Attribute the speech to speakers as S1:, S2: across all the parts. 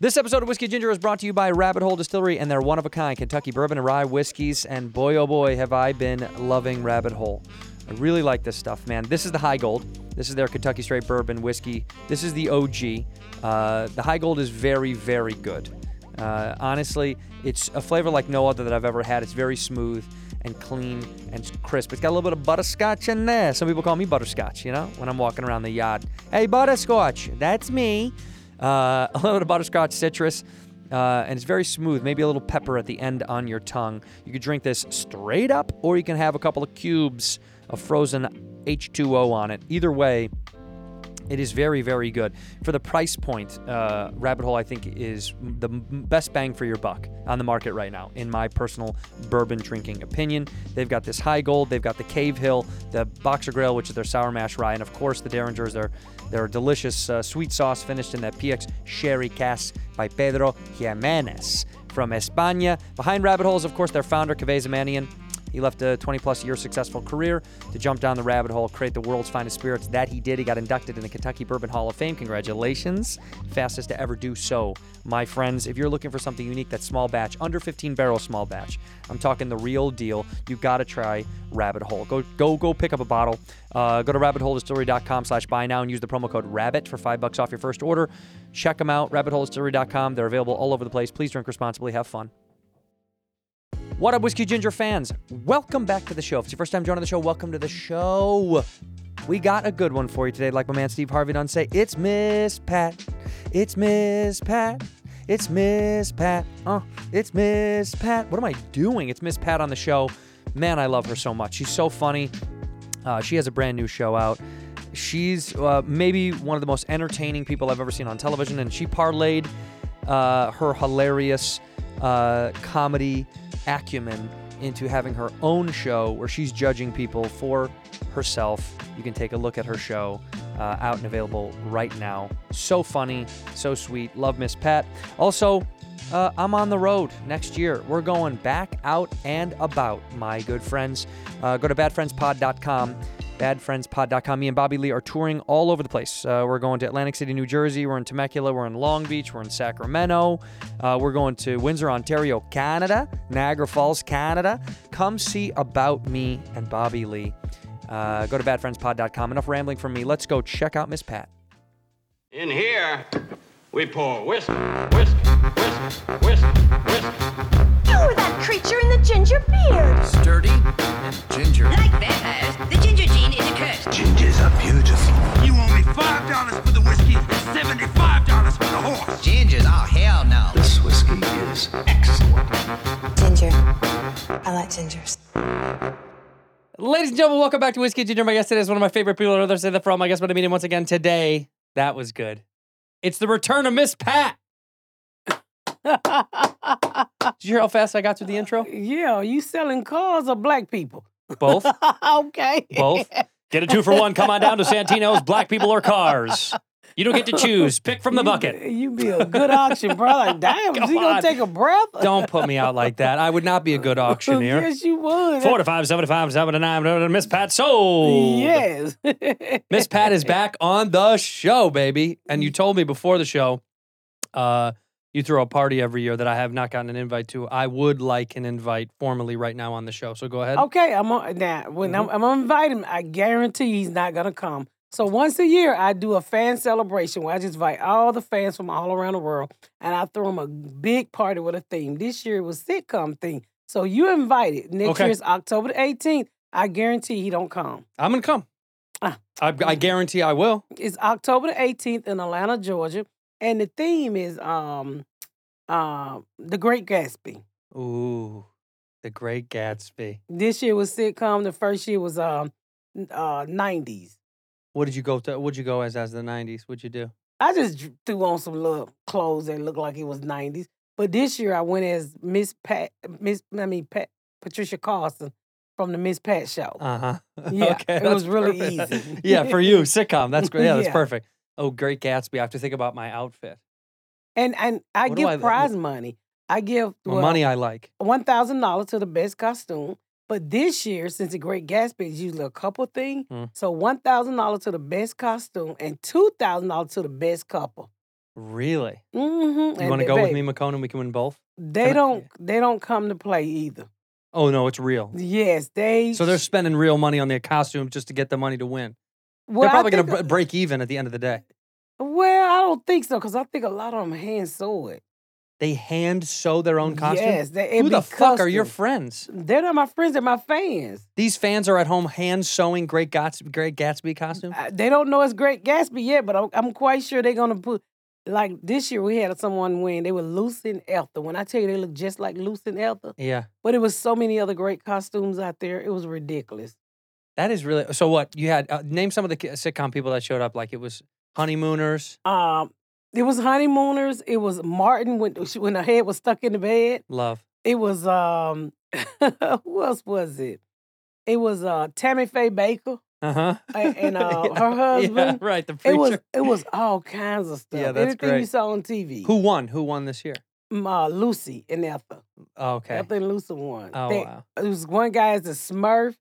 S1: This episode of Whiskey Ginger is brought to you by Rabbit Hole Distillery and their one of a kind Kentucky bourbon and rye whiskeys. And boy, oh boy, have I been loving Rabbit Hole. I really like this stuff, man. This is the High Gold. This is their Kentucky Straight Bourbon whiskey. This is the OG. Uh, the High Gold is very, very good. Uh, honestly, it's a flavor like no other that I've ever had. It's very smooth and clean and crisp. It's got a little bit of butterscotch in there. Some people call me butterscotch, you know, when I'm walking around the yard. Hey, butterscotch, that's me. Uh, a little bit of butterscotch citrus, uh, and it's very smooth. Maybe a little pepper at the end on your tongue. You could drink this straight up, or you can have a couple of cubes of frozen H2O on it. Either way, it is very, very good. For the price point, uh, Rabbit Hole, I think, is the m- best bang for your buck on the market right now, in my personal bourbon drinking opinion. They've got this High Gold, they've got the Cave Hill, the Boxer Grail, which is their sour mash rye, and of course the Derringers, their, their delicious uh, sweet sauce finished in that PX Sherry Cask by Pedro Jimenez from España. Behind Rabbit Hole is, of course, their founder, Kaveh Zamanian. He left a 20 plus year successful career to jump down the rabbit hole, create the world's finest spirits. That he did. He got inducted in the Kentucky Bourbon Hall of Fame. Congratulations. Fastest to ever do so, my friends. If you're looking for something unique, that's small batch, under 15 barrel small batch. I'm talking the real deal. You got to try Rabbit Hole. Go, go, go pick up a bottle. Uh, go to rabbitholedistillery.com slash buy now and use the promo code rabbit for five bucks off your first order. Check them out, rabbitholedistillery.com. They're available all over the place. Please drink responsibly. Have fun. What up, Whiskey Ginger fans? Welcome back to the show. If it's your first time joining the show, welcome to the show. We got a good one for you today. Like my man Steve Harvey done say, it's Miss Pat. It's Miss Pat. It's Miss Pat. Uh, it's Miss Pat. What am I doing? It's Miss Pat on the show. Man, I love her so much. She's so funny. Uh, she has a brand new show out. She's uh, maybe one of the most entertaining people I've ever seen on television, and she parlayed uh, her hilarious uh, comedy acumen into having her own show where she's judging people for herself. You can take a look at her show uh, out and available right now. So funny, so sweet. Love Miss Pat. Also, uh, I'm on the road next year. We're going back out and about, my good friends. Uh, go to badfriendspod.com. Badfriendspod.com. Me and Bobby Lee are touring all over the place. Uh, we're going to Atlantic City, New Jersey. We're in Temecula. We're in Long Beach. We're in Sacramento. Uh, we're going to Windsor, Ontario, Canada, Niagara Falls, Canada. Come see about me and Bobby Lee. Uh, go to badfriendspod.com. Enough rambling from me. Let's go check out Miss Pat.
S2: In here, we pour whiskey, whiskey, whiskey, whiskey, whiskey.
S3: You were that creature in the ginger beard.
S4: sturdy and ginger.
S5: Like vampires, the ginger gene is a curse.
S6: Gingers are beautiful.
S7: You owe me five dollars for the whiskey and seventy-five dollars for the horse.
S4: Gingers, oh hell no.
S6: This whiskey is excellent.
S8: Ginger. I like gingers.
S1: Ladies and gentlemen, welcome back to Whiskey Ginger. My guest today is one of my favorite people on earth. I say that from my guest, but I meet him once again today. That was good. It's the return of Miss Pat. Did you hear how fast I got through the intro?
S9: Yeah, you selling cars or black people?
S1: Both,
S9: okay.
S1: both. Get a two for one. Come on down to Santino's. Black people or cars. You don't get to choose. Pick from the bucket.
S9: You be a good auction, bro. Like, damn, is
S1: Come
S9: he
S1: on.
S9: gonna take a breath?
S1: Don't put me out like that. I would not be a good auctioneer.
S9: yes, you would.
S1: Forty-five, seventy-five, seventy-nine. Miss Pat sold.
S9: Yes.
S1: Miss Pat is back on the show, baby. And you told me before the show, uh, you throw a party every year that I have not gotten an invite to. I would like an invite formally right now on the show. So go ahead.
S9: okay, I'm on now. When
S1: Mm-hmm.
S9: I'm, I'm gonna invite him, I guarantee he's not gonna come. So once a year, I do a fan celebration where I just invite all the fans from all around the world, and I throw them a big party with a theme. This year it was sitcom theme. So you invited. Next
S1: Okay.
S9: year is October the 18th. I guarantee he don't come.
S1: I'm gonna come.
S9: Ah.
S1: I, I guarantee I will.
S9: It's October the 18th in Atlanta, Georgia, and the theme is um uh, The Great Gatsby.
S1: Ooh, the Great Gatsby.
S9: This year was sitcom. The first year was um n- uh 90s.
S1: What did you go to? What'd you go as as the '90s? What'd you do?
S9: I just dr- threw on some little clothes that looked like it was 90s. But this year I went as Miss Pat Miss I mean Pat Patricia Carson from the Miss Pat show.
S1: Uh huh.
S9: Yeah, it was really easy.
S1: yeah, for you sitcom. That's great. Yeah, that's
S9: Yeah.
S1: perfect. Oh, Great Gatsby. I have to think about my outfit.
S9: and and I
S1: What do
S9: give
S1: I-
S9: prize money. I give
S1: The
S9: well,
S1: money I like.
S9: one thousand dollars to the best costume. But this year, since the Great Gatsby is usually a couple thing,
S1: Mm.
S9: so one thousand dollars to the best costume and two thousand dollars to the best couple.
S1: Really?
S9: Mm-hmm.
S1: You want to go with me, McCone, and we can win both?
S9: They
S1: I-
S9: don't. They don't come to play either.
S1: Oh no, it's real.
S9: Yes, they.
S1: So they're spending real money on their costume just to get the money to win.
S9: well,
S1: they're
S9: I
S1: probably going
S9: think-
S1: to break even at the end of the day.
S9: Well, I don't think so because I think a lot of them hand sewed.
S1: They hand sew their own costume.
S9: Yes, they, it
S1: Who
S9: be
S1: the fuck are your
S9: custom.
S1: friends?
S9: They're not my friends. They're my fans.
S1: These fans are at home hand sewing Great Gatsby, Great Gatsby costume.
S9: I- they don't know it's Great Gatsby yet, but I'm, I'm quite sure they're gonna put. Like this year, we had someone win. They were Lucy and Eltha. When I tell you they look just like Lucy and Eltha,
S1: Yeah,
S9: but it was so many other great costumes out there. It was ridiculous.
S1: that is really. So what you had? Uh, name some of the ki- sitcom people that showed up. Like it was honeymooners,
S9: Um, it was honeymooners. It was Martin when she- when her head was stuck in the bed.
S1: love.
S9: It was um, who else was it? It was uh Tammy Faye Baker
S1: Uh huh.
S9: a- and uh, her husband.
S1: right, the
S9: It
S1: preacher.
S9: was it was all kinds of stuff.
S1: Yeah, that's
S9: Anything you
S1: great.
S9: saw on TV.
S1: Who won? Who won this year?
S9: Um, uh, Lucy and Etha.
S1: Oh, okay.
S9: Etha and Lucy won.
S1: Oh
S9: They-
S1: wow.
S9: It was one guy as a Smurf.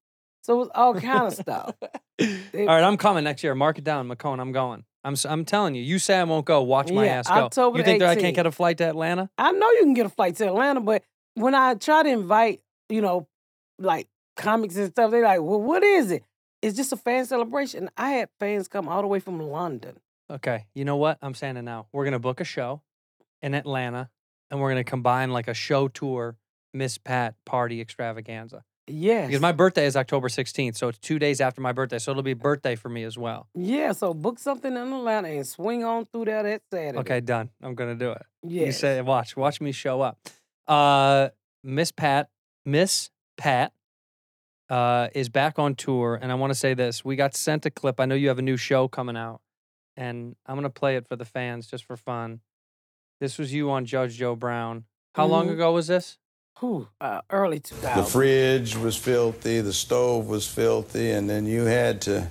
S9: So it was all kind of stuff.
S1: All right, I'm coming next year. Mark it down, McCone. I'm going. I'm s- I'm telling you. You say I won't go. Watch my
S9: Yeah,
S1: ass go.
S9: October
S1: you think that I
S9: 18th.
S1: can't get a flight to Atlanta?
S9: I know you can get a flight to Atlanta, but when I try to invite, you know, like comics and stuff, they're like, well, what is it? It's just a fan celebration. I had fans come all the way from London.
S1: Okay, you know what? I'm saying it now. We're gonna book a show in Atlanta, and we're gonna combine like a show tour, Miss Pat party extravaganza.
S9: Yes.
S1: Because my birthday is October 16th, so it's two days after my birthday, so it'll be birthday for me as well.
S9: yeah, so book something in Atlanta and swing on through there that Saturday.
S1: Okay, done. I'm gonna do it. You
S9: Yes.
S1: say, watch, watch me show up. Uh, Miss Pat, Miss Pat. Uh, is back on tour, and I want to say this: we got sent a clip. I know you have a new show coming out, and I'm gonna play it for the fans just for fun. This was you on Judge Joe Brown. How long
S9: Mhm.
S1: ago was this?
S9: Whew, uh, early 2000.
S10: The fridge was filthy, the stove was filthy, and then you had to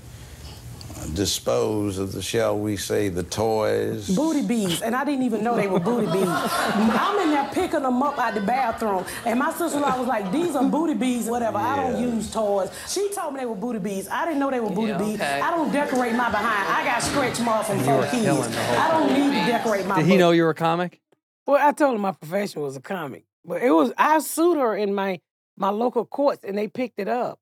S10: dispose of the, shall we say, the toys.
S9: booty bees, and I didn't even know they were booty bees. I'm in there picking them up out the bathroom, and my sister-in-law was like, "These are booty bees, whatever. I don't use toys." She told me they were booty bees. I didn't know they were booty bees. I don't decorate my behind. I got stretch marks from four kids.
S1: killing the whole
S9: I don't need to decorate my.
S1: Did he know you were a comic?
S9: Well, I told him my profession was a comic, but it was I sued her in my my local courts, and they picked it up.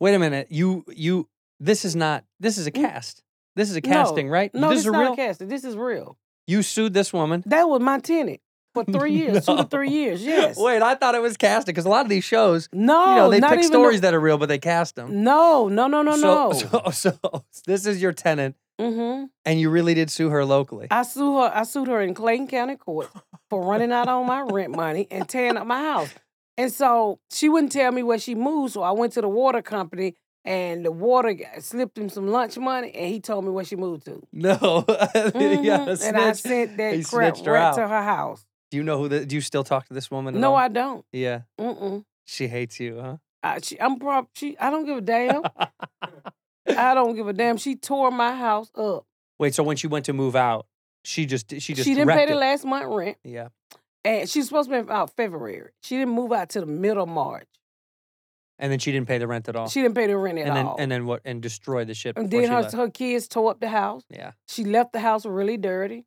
S1: Wait a minute. You you. This is not. This is a cast. This is a casting, right?
S9: No,
S1: this
S9: this,
S1: is
S9: is
S1: a
S9: not
S1: real.
S9: a casting. This is real.
S1: You sued this woman.
S9: That was my tenant for three years, two
S1: No.
S9: to three years. Yes.
S1: Wait, I thought it was casting because a lot of these shows,
S9: No,
S1: you know, they
S9: Oh, not
S1: pick
S9: even the-
S1: stories that are real, but they cast them.
S9: No, no, no, no,
S1: so,
S9: no.
S1: So, so this is your tenant,
S9: hmm
S1: and you really did sue her locally.
S9: I sued her. I sued her in Clayton County Court for running out on my rent money and tearing up my house. And so she wouldn't tell me where she moved. So I went to the water company, and the water guy slipped him some lunch money, and he told me where she moved to.
S1: no, You got a
S9: Mhm. And I
S1: snitch.
S9: sent
S1: He
S9: that crap
S1: snitched her
S9: right
S1: out.
S9: to her house.
S1: Do you know who? The, do you still talk to this woman? at
S9: No,
S1: all?
S9: I don't.
S1: Yeah,
S9: Mm-mm.
S1: she hates you, huh?
S9: I, she, I'm prob- she, I don't give a damn. I don't give a damn. She tore my house up.
S1: Wait, so when she went to move out, she just she just
S9: she didn't pay
S1: wrecked
S9: the
S1: it.
S9: last month rent.
S1: Yeah,
S9: And she's supposed to be out February. She didn't move out till the middle of March.
S1: and then she didn't pay the rent at all.
S9: She didn't pay the rent at
S1: Oh. and then
S9: all.
S1: and then what? And destroyed the shit.
S9: And
S1: before
S9: then
S1: she
S9: her,
S1: left.
S9: her kids tore up the house.
S1: yeah,
S9: She left the house really dirty.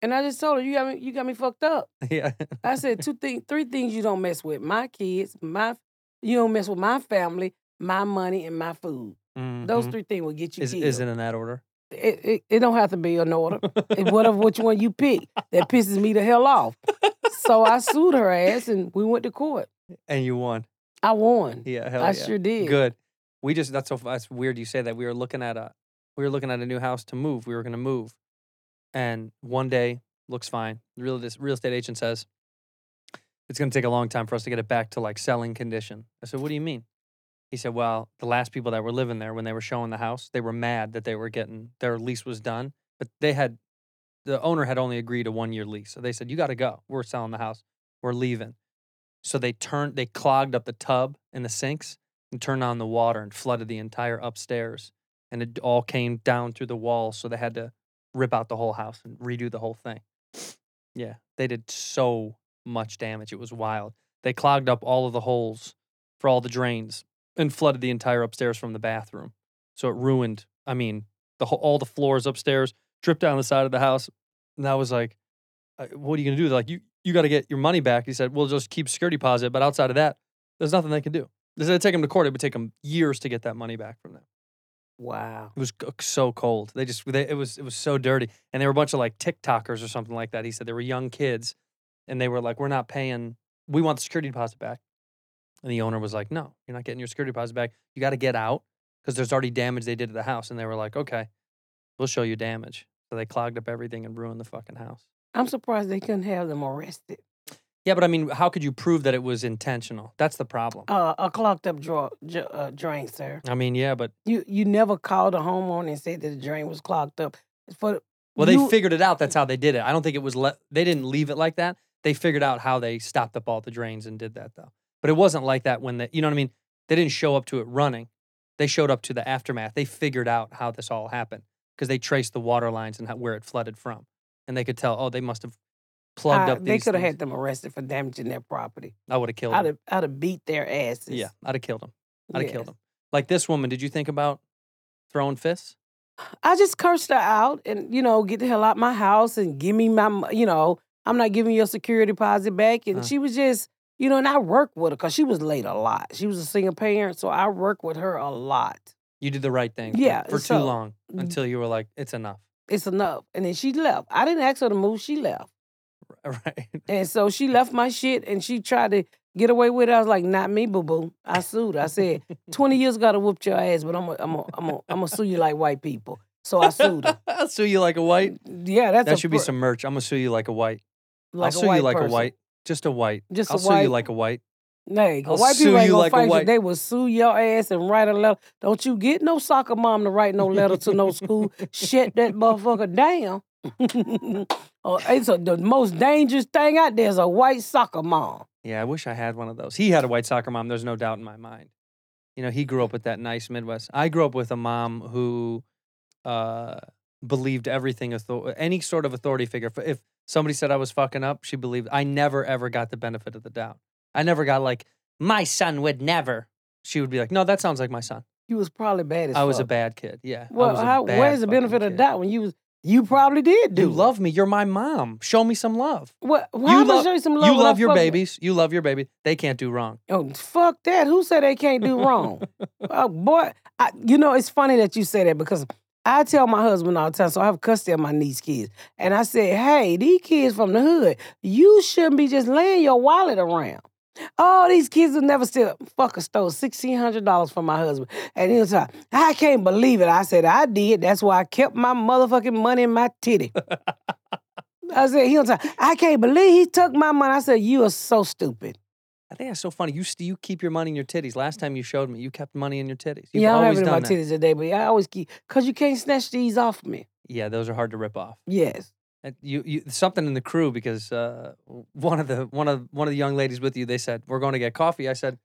S9: And I just told her, you got me, you got me fucked up.
S1: yeah.
S9: I said, two things, three things you don't mess with. My kids, my you don't mess with my family, my money, and my food. Those
S1: Mhm.
S9: three things will get you
S1: is
S9: killed.
S1: isn't in that order.
S9: it, it, it don't have to be in order. It whatever which one you pick that pisses me the hell off. So I sued her ass and we went to court.
S1: And you won.
S9: I won.
S1: Yeah, hell
S9: I
S1: yeah.
S9: sure did.
S1: Good. We just that's so that's weird. You say that we were looking at a we were looking at a new house to move. We were going to move, and one day looks fine. The real this real estate agent says it's going to take a long time for us to get it back to like selling condition. I said, what do you mean? He said, well, the last people that were living there when they were showing the house, they were mad that they were getting their lease was done, but they had the owner had only agreed a one year lease. So they said, you got to go. We're selling the house. We're leaving. So they turned, they clogged up the tub and the sinks and turned on the water and flooded the entire upstairs. And it all came down through the walls. So they had to rip out the whole house and redo the whole thing. Yeah. They did so much damage. It was wild. They clogged up all of the holes for all the drains and flooded the entire upstairs from the bathroom. So it ruined, I mean, the whole, all the floors upstairs, dripped down the side of the house. And I was like, "Uh, what are you going to do? They're like, you, you got to get your money back. He said, we'll just keep security deposit. But outside of that, there's nothing they can do. They said it'd take them to court. It would take them years to get that money back from them.
S9: Wow.
S1: It was c- so cold. They just, they, it was, it was so dirty. And they were a bunch of like TikTokers or something like that. He said they were young kids and they were like, we're not paying, we want the security deposit back. And the owner was like, no, you're not getting your security deposit back. You got to get out because there's already damage they did to the house. And they were like, okay, we'll show you damage. So they clogged up everything and ruined the fucking house.
S9: I'm surprised they couldn't have them arrested.
S1: Yeah, but I mean, how could you prove that it was intentional? That's the problem.
S9: Uh, a clogged up draw, dr- uh, drain, sir.
S1: I mean, yeah, but
S9: You you never called a homeowner and said that the drain was clogged up. For
S1: well, they
S9: you-
S1: figured it out. That's how they did it. I don't think it was. Le- they didn't leave it like that. They figured out how they stopped up all the drains and did that though. But it wasn't like that when the you know what I mean. They didn't show up to it running. They showed up to the aftermath. They figured out how this all happened because they traced the water lines and how, where it flooded from, and they could tell. Oh, they must have plugged
S9: I-
S1: up.
S9: They
S1: these
S9: could have
S1: things.
S9: had them arrested for damaging their property.
S1: I would have killed
S9: I'd
S1: him.
S9: have, I'd have beat their asses.
S1: Yeah, I'd have killed him. I'd have killed
S9: Yes.
S1: him. Like this woman. Did you think about throwing fists?
S9: I just cursed her out and, you know, get the hell out my house and give me my, mo- you know, I'm not giving your security deposit back. And
S1: Uh.
S9: she was just, you know, and I worked with her because she was late a lot. She was a single parent, so I worked with her a lot.
S1: You did the right thing. for-
S9: Yeah,
S1: For, too
S9: so-
S1: long until you were like, it's enough.
S9: It's enough. And then she left. I didn't ask her to move, she left.
S1: Right.
S9: And so she left my shit and she tried to get away with it. I was like, not me, boo boo. I sued. I said, 20 years ago, I whooped your ass, but I'm going I'm to I'm gonna- I'm gonna sue you like white people. So I sued her.
S1: I'll sue you like a white.
S9: Yeah, that's
S1: That
S9: a
S1: should be
S9: per-
S1: some merch. I'm gonna sue you like a white.
S9: like
S1: I'll
S9: a
S1: sue you
S9: white
S1: like
S9: person.
S1: a white. Just a white.
S9: Just a
S1: I'll sue
S9: white-
S1: you like a white.
S9: Like,
S1: I'll
S9: white
S1: sue
S9: people ain't
S1: you
S9: gonna
S1: like a
S9: fight
S1: white-
S9: you. They will sue your ass and write a letter. Don't you get no soccer mom to write no letter to no school. Shut that motherfucker down. oh, it's a, the most dangerous thing out there is a white soccer mom.
S1: Yeah, I wish I had one of those. He had a white soccer mom. There's no doubt in my mind. You know, he grew up with that nice Midwest. I grew up with a mom who uh, believed everything, author- any sort of authority figure. If- If somebody said I was fucking up, she believed. I never, ever got the benefit of the doubt. I never got like, my son would never. She would be like, no, that sounds like my son.
S9: You was probably bad as
S1: I was a
S9: fuck.
S1: bad kid. Yeah. I
S9: Well,
S1: was a
S9: how,
S1: bad
S9: where's the
S1: fucking
S9: benefit of
S1: kid.
S9: that when you was you probably did do
S1: You
S9: it.
S1: love me. You're my mom. Show me some love.
S9: What? Why
S1: you
S9: am I
S1: love,
S9: showing some love?
S1: you
S9: when I
S1: love your
S9: fuck-
S1: babies. You love your baby. They can't do wrong.
S9: Oh, fuck that. Who said they can't do wrong? oh, boy. I, you know, it's funny that you say that because I tell my husband all the time, so I have custody of my niece kids. And I said, hey, these kids from the hood, you shouldn't be just laying your wallet around. Oh, these kids will never steal. Fucker stole $1,600 from my husband. And he was like, I can't believe it. I said, I did. That's why I kept my motherfucking money in my titty. I said, he was like, I can't believe he took my money. I said, you are so stupid.
S1: I think that's so funny. You st- you keep your money in your titties. Last time you showed me, you kept money in your titties. You've
S9: yeah, I don't
S1: always
S9: have it in my
S1: done that.
S9: titties today, but I always keep because you can't snatch these off me.
S1: Yeah, those are hard to rip off.
S9: Yes,
S1: And You, you something in the crew because uh, w- one of the one of one of the young ladies with you, they said we're going to get coffee. I said,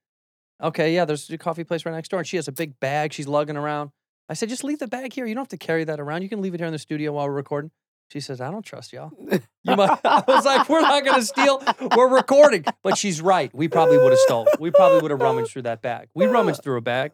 S1: okay, yeah, there's a coffee place right next door, and she has a big bag she's lugging around. I said, just leave the bag here. You don't have to carry that around. You can leave it here in the studio while we're recording. She says, I don't trust y'all. You might, I was like, we're not going to steal. We're recording. But she's right. We probably would have stole. We probably would have rummaged through that bag. We rummaged through a bag.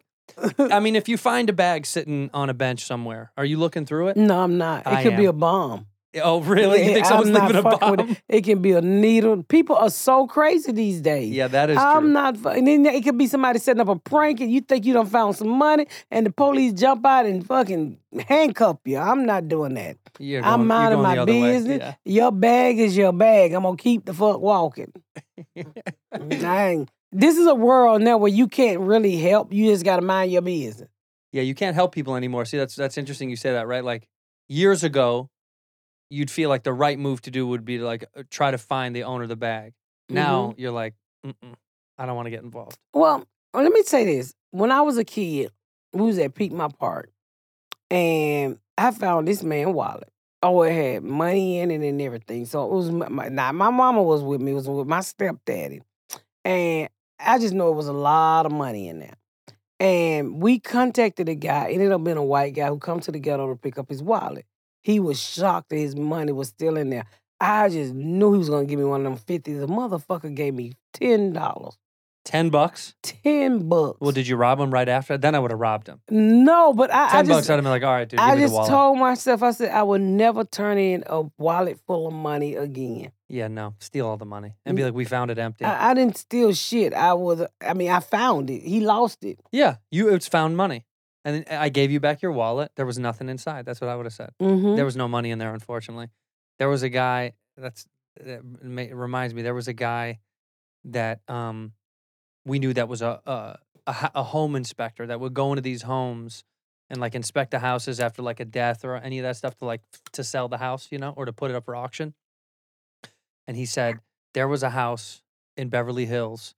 S1: I mean, if you find a bag sitting on a bench somewhere, are you looking through it?
S9: no, I'm not. It
S1: I
S9: could be
S1: am.
S9: a bomb.
S1: Oh, really? you
S9: Yeah,
S1: think someone's
S9: I'm not
S1: leaving a
S9: fucking with
S1: bomb?
S9: It. It can be a needle. People are so crazy these days.
S1: Yeah, that is
S9: I'm
S1: true.
S9: not. fu- And then it could be somebody setting up a prank, and you think you done found some money, and the police jump out and fucking handcuff you. I'm not doing that.
S1: You're going-
S9: I'm
S1: you're
S9: minding
S1: going the
S9: my
S1: other way,
S9: business.
S1: yeah.
S9: Your bag is your bag. I'm gonna keep the fuck walking. Dang. This is a world now where you can't really help. You just gotta mind your business.
S1: Yeah, you can't help people anymore. See, that's that's interesting. You say that, right? Like years ago, you'd feel like the right move to do would be to like uh, try to find the owner of the bag. Now
S9: Mm-hmm.
S1: you're like, Mm-mm, I don't want to get involved.
S9: Well, let me say this. When I was a kid, we was at Piedmont Park, and I found this man wallet. Oh, it had money in it and everything. So it was my, my, now my mama was with me. It was with my stepdaddy, and I just know it was a lot of money in there. And we contacted a guy. It ended up being a white guy who come to the ghetto to pick up his wallet. He was shocked that his money was still in there. I just knew he was gonna give me one of them fifties. The motherfucker gave me ten dollars.
S1: Ten bucks.
S9: Ten bucks.
S1: Well, did you rob him right after? Then I would have robbed him.
S9: no, but I,
S1: Ten
S9: I just
S1: bucks. I'd have been like, all right, dude, give
S9: I
S1: me
S9: just
S1: the wallet.
S9: told myself I said I would never turn in a wallet full of money again.
S1: yeah, no, steal all the money and be like, we found it empty.
S9: I, I didn't steal shit. I was I mean I found it. He lost it.
S1: yeah, you it's found money, and then I gave you back your wallet. There was nothing inside. That's what I would have said.
S9: Mm-hmm.
S1: There was no money in there, unfortunately. There was a guy that's that ma- reminds me. There was a guy that um we knew that was a a, a ho- a home inspector that would go into these homes and like inspect the houses after like a death or any of that stuff to like to sell the house, you know, or to put it up for auction. And he said there was a house in Beverly Hills,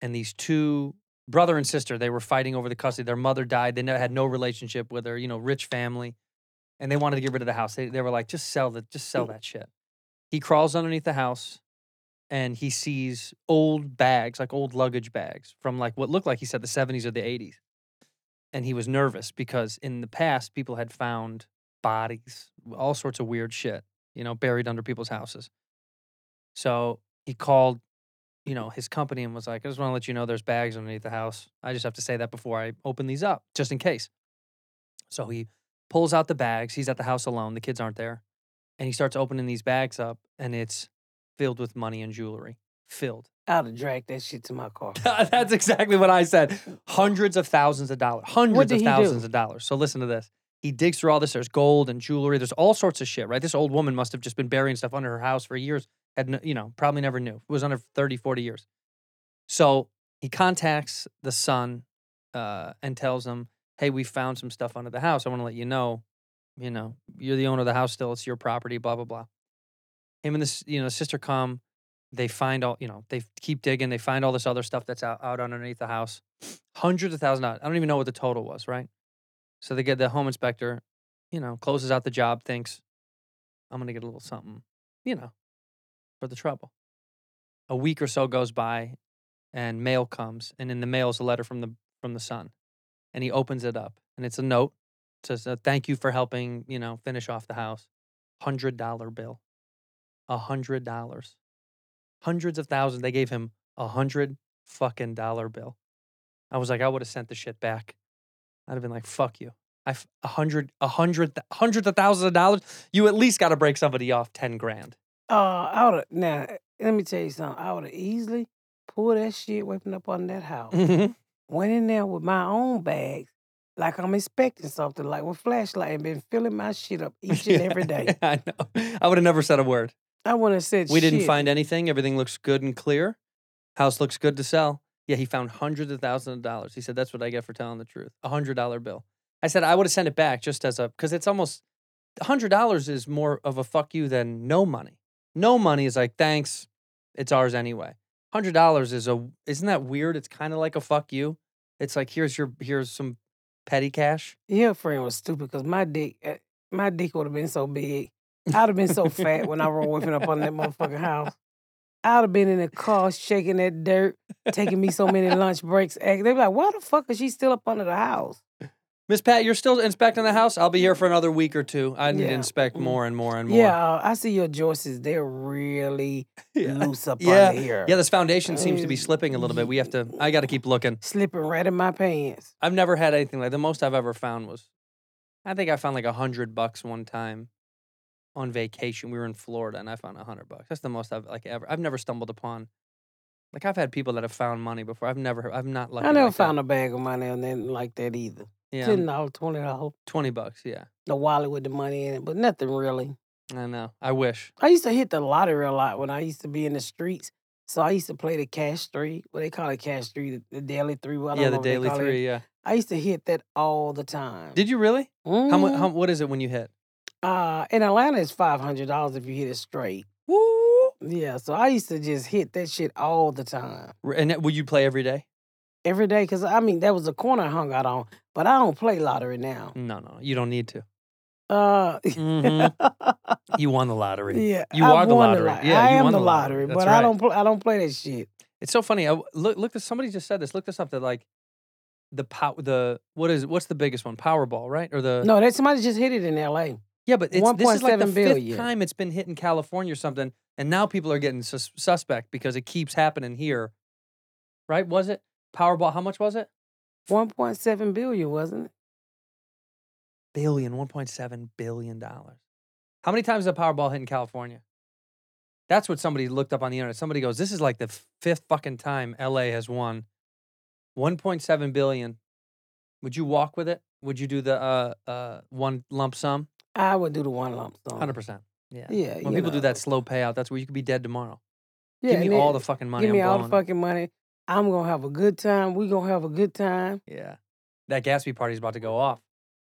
S1: and these two brother and sister they were fighting over the custody. Their mother died. They never had no relationship with her. You know, rich family and they wanted to get rid of the house. They, they were like, just sell the, just sell that shit. He crawls underneath the house, and he sees old bags, like old luggage bags from like what looked like he said the seventies or the eighties, and he was nervous because in the past people had found bodies, all sorts of weird shit, you know, buried under people's houses. So he called, you know, his company and was like, I just want to let you know there's bags underneath the house. I just have to say that before I open these up, just in case. So he pulls out the bags. He's at the house alone. The kids aren't there. And he starts opening these bags up, and it's filled with money and jewelry. Filled.
S9: I'd have dragged that shit to my car.
S1: That's exactly what I said. Hundreds of thousands of dollars. Hundreds
S9: did
S1: of
S9: he
S1: thousands
S9: do?
S1: of dollars. So listen to this. He digs through all this. There's gold and jewelry. There's all sorts of shit, right? This old woman must have just been burying stuff under her house for years. Had no, you know, probably never knew. It was under 30, 40 years. So he contacts the son uh, and tells him, "Hey, we found some stuff under the house. I want to let you know. You know, you're the owner of the house still. It's your property. Blah blah blah." Him and this, you know, sister come. They find all, you know, they keep digging. They find all this other stuff that's out, out underneath the house, hundreds of thousands. dollars. I don't even know what the total was, right? So they get the home inspector, you know, closes out the job, thinks, "I'm gonna get a little something, you know, for the trouble." A week or so goes by, and mail comes, and in the mail is a letter from the from the son, and he opens it up, and it's a note. It says, uh, "Thank you for helping, you know, finish off the house." Hundred dollar bill, a hundred dollars, hundreds of thousands. They gave him a hundred fucking dollar bill. I was like, I would have sent the shit back. I'd have been like, "Fuck you." I f- a hundred, a hundred, th- hundreds of thousands of dollars. You at least got to break somebody off ten grand.
S9: Uh, I would have now. Let me tell you something. I would have easily pulled that shit away from up under that house.
S1: Mm.
S9: Went in there with my own bags, like I'm expecting something, like with flashlight, and been filling my shit up each and every day.
S1: I know. I would have never said a word.
S9: I wouldn't have said
S1: We
S9: shit.
S1: didn't find anything. Everything looks good and clear. House looks good to sell. Yeah, he found hundreds of thousands of dollars. He said, That's what I get for telling the truth. A hundred dollar bill. I said, I would have sent it back just as a, because it's almost, a hundred dollars is more of a fuck you than no money. No money is like, thanks, it's ours anyway. Hundred dollars is a, isn't that weird? It's kind of like a fuck you. It's like, here's your, here's some petty cash.
S9: Your friend was stupid because my dick, eh, my dick would have been so big. I'd have been so fat when I rolled away from up on that motherfucking house. I'd have been in the car shaking that dirt, taking me so many lunch breaks. They'd be like, "Why the fuck is she still up under the house?"
S1: Miss Pat, you're still inspecting the house. I'll be here for another week or two. I need to
S9: Yeah. Mm.
S1: inspect more and more and more.
S9: Yeah, uh, I see your joists. They're really loose up
S1: Yeah.
S9: under here.
S1: Yeah, this foundation seems to be slipping a little bit. We have to. I got to keep looking.
S9: slipping right in my pants.
S1: I've never had anything like the most I've ever found was, I think I found like a hundred bucks one time, on vacation. We were in Florida and I found a hundred bucks. That's the most I've like ever. I've never stumbled upon. Like I've had people that have found money before. I've never. I'm not lucky.
S9: I never
S1: like
S9: found a bag of money or nothing like that either.
S1: That. Yeah,
S9: Ten
S1: I'm-
S9: dollars, twenty dollars,
S1: twenty bucks. Yeah,
S9: the wallet with the money in it, but nothing really.
S1: I know. I wish.
S9: I used to hit the lottery a lot when I used to be in the streets. So I used to play the cash three. What they call it, cash three, the, the daily three. well, I don't
S1: yeah,
S9: know
S1: the
S9: what they
S1: daily
S9: call it.
S1: three. Yeah.
S9: I used to hit that all the time.
S1: Did you really? How much?
S9: Mhm.
S1: How, what is it when you hit?
S9: Uh, in Atlanta, it's five hundred dollars if you hit it straight.
S1: Woo!
S9: Yeah, so I used to just hit that shit all the time,
S1: R- And that- will you play every day?
S9: every day. Cause I mean, that was a corner I hung out on, but I don't play lottery now.
S1: No, no, you don't need to.
S9: Uh,
S1: Mhm. you won the lottery.
S9: yeah,
S1: You
S9: I
S1: are the
S9: won
S1: lottery.
S9: lot-
S1: Yeah,
S9: I
S1: you
S9: am
S1: won
S9: the
S1: the lottery.
S9: lottery,
S1: That's
S9: but
S1: right.
S9: I don't. Pl- I don't play that shit.
S1: It's so funny. I w- look, look. This somebody just said this. Look this up. That like the pow, the what is what's the biggest one? Powerball, right? Or the
S9: No, that somebody just hit it in L.A.
S1: yeah, but it's, this is like the
S9: 1.7
S1: fifth
S9: billion.
S1: time it's been hit in California or something, and now people are getting sus- suspect because it keeps happening here, right? Was it Powerball? How much was it?
S9: 1.7 billion, wasn't it?
S1: Billion, 1.7 billion dollars. How many times did Powerball hit in California? That's what somebody looked up on the internet. Somebody goes, "This is like the fifth fucking time LA has won 1.7 billion." Would you walk with it? Would you do the uh, uh, one lump sum?
S9: I would do the one lump sum.
S1: Hundred percent. Yeah.
S9: Yeah.
S1: When
S9: you
S1: people do
S9: know.
S1: that slow payout, that's where you could be dead tomorrow.
S9: Yeah,
S1: give me
S9: and
S1: all
S9: it-
S1: the fucking money.
S9: Give me
S1: I'm
S9: all the
S1: blowing.
S9: fucking money. I'm gonna have a good time. We gonna have a good time.
S1: Yeah. That Gatsby party's about to go off.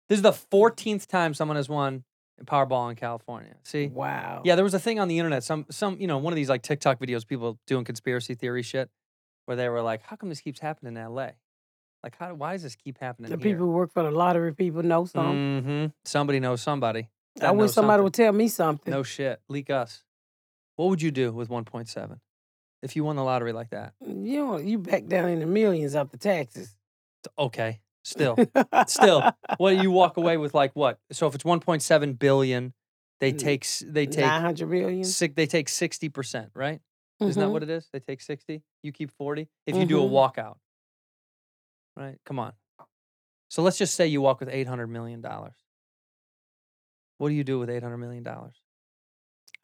S1: This is the 14th time someone has won Powerball in California. See?
S9: Wow.
S1: Yeah, there was a thing on the internet, some some, you know, one of these like TikTok videos people doing conspiracy theory shit where they were like, "How come this keeps happening in LA?" Like, how why does this keep happening
S9: The
S1: here?
S9: people who work for the lottery people know something.
S1: Mhm. Somebody knows somebody. that
S9: I wish
S1: knows
S9: somebody
S1: something.
S9: would tell me something.
S1: No shit. Leak us. What would you do with 1.7 if you won the lottery like that?
S9: You know, you back down in the millions after taxes.
S1: T- Okay. Still. still what you walk away with like what so if it's 1.7 billion they
S9: Mm.
S1: take s- they take
S9: nine hundred million.
S1: six, they take 60% right isn't that
S9: Mhm.
S1: what it is they take 60 you keep 40 if you do a
S9: Mhm.
S1: walkout right come on so let's just say you walk with 800 million dollars what do you do with 800 million dollars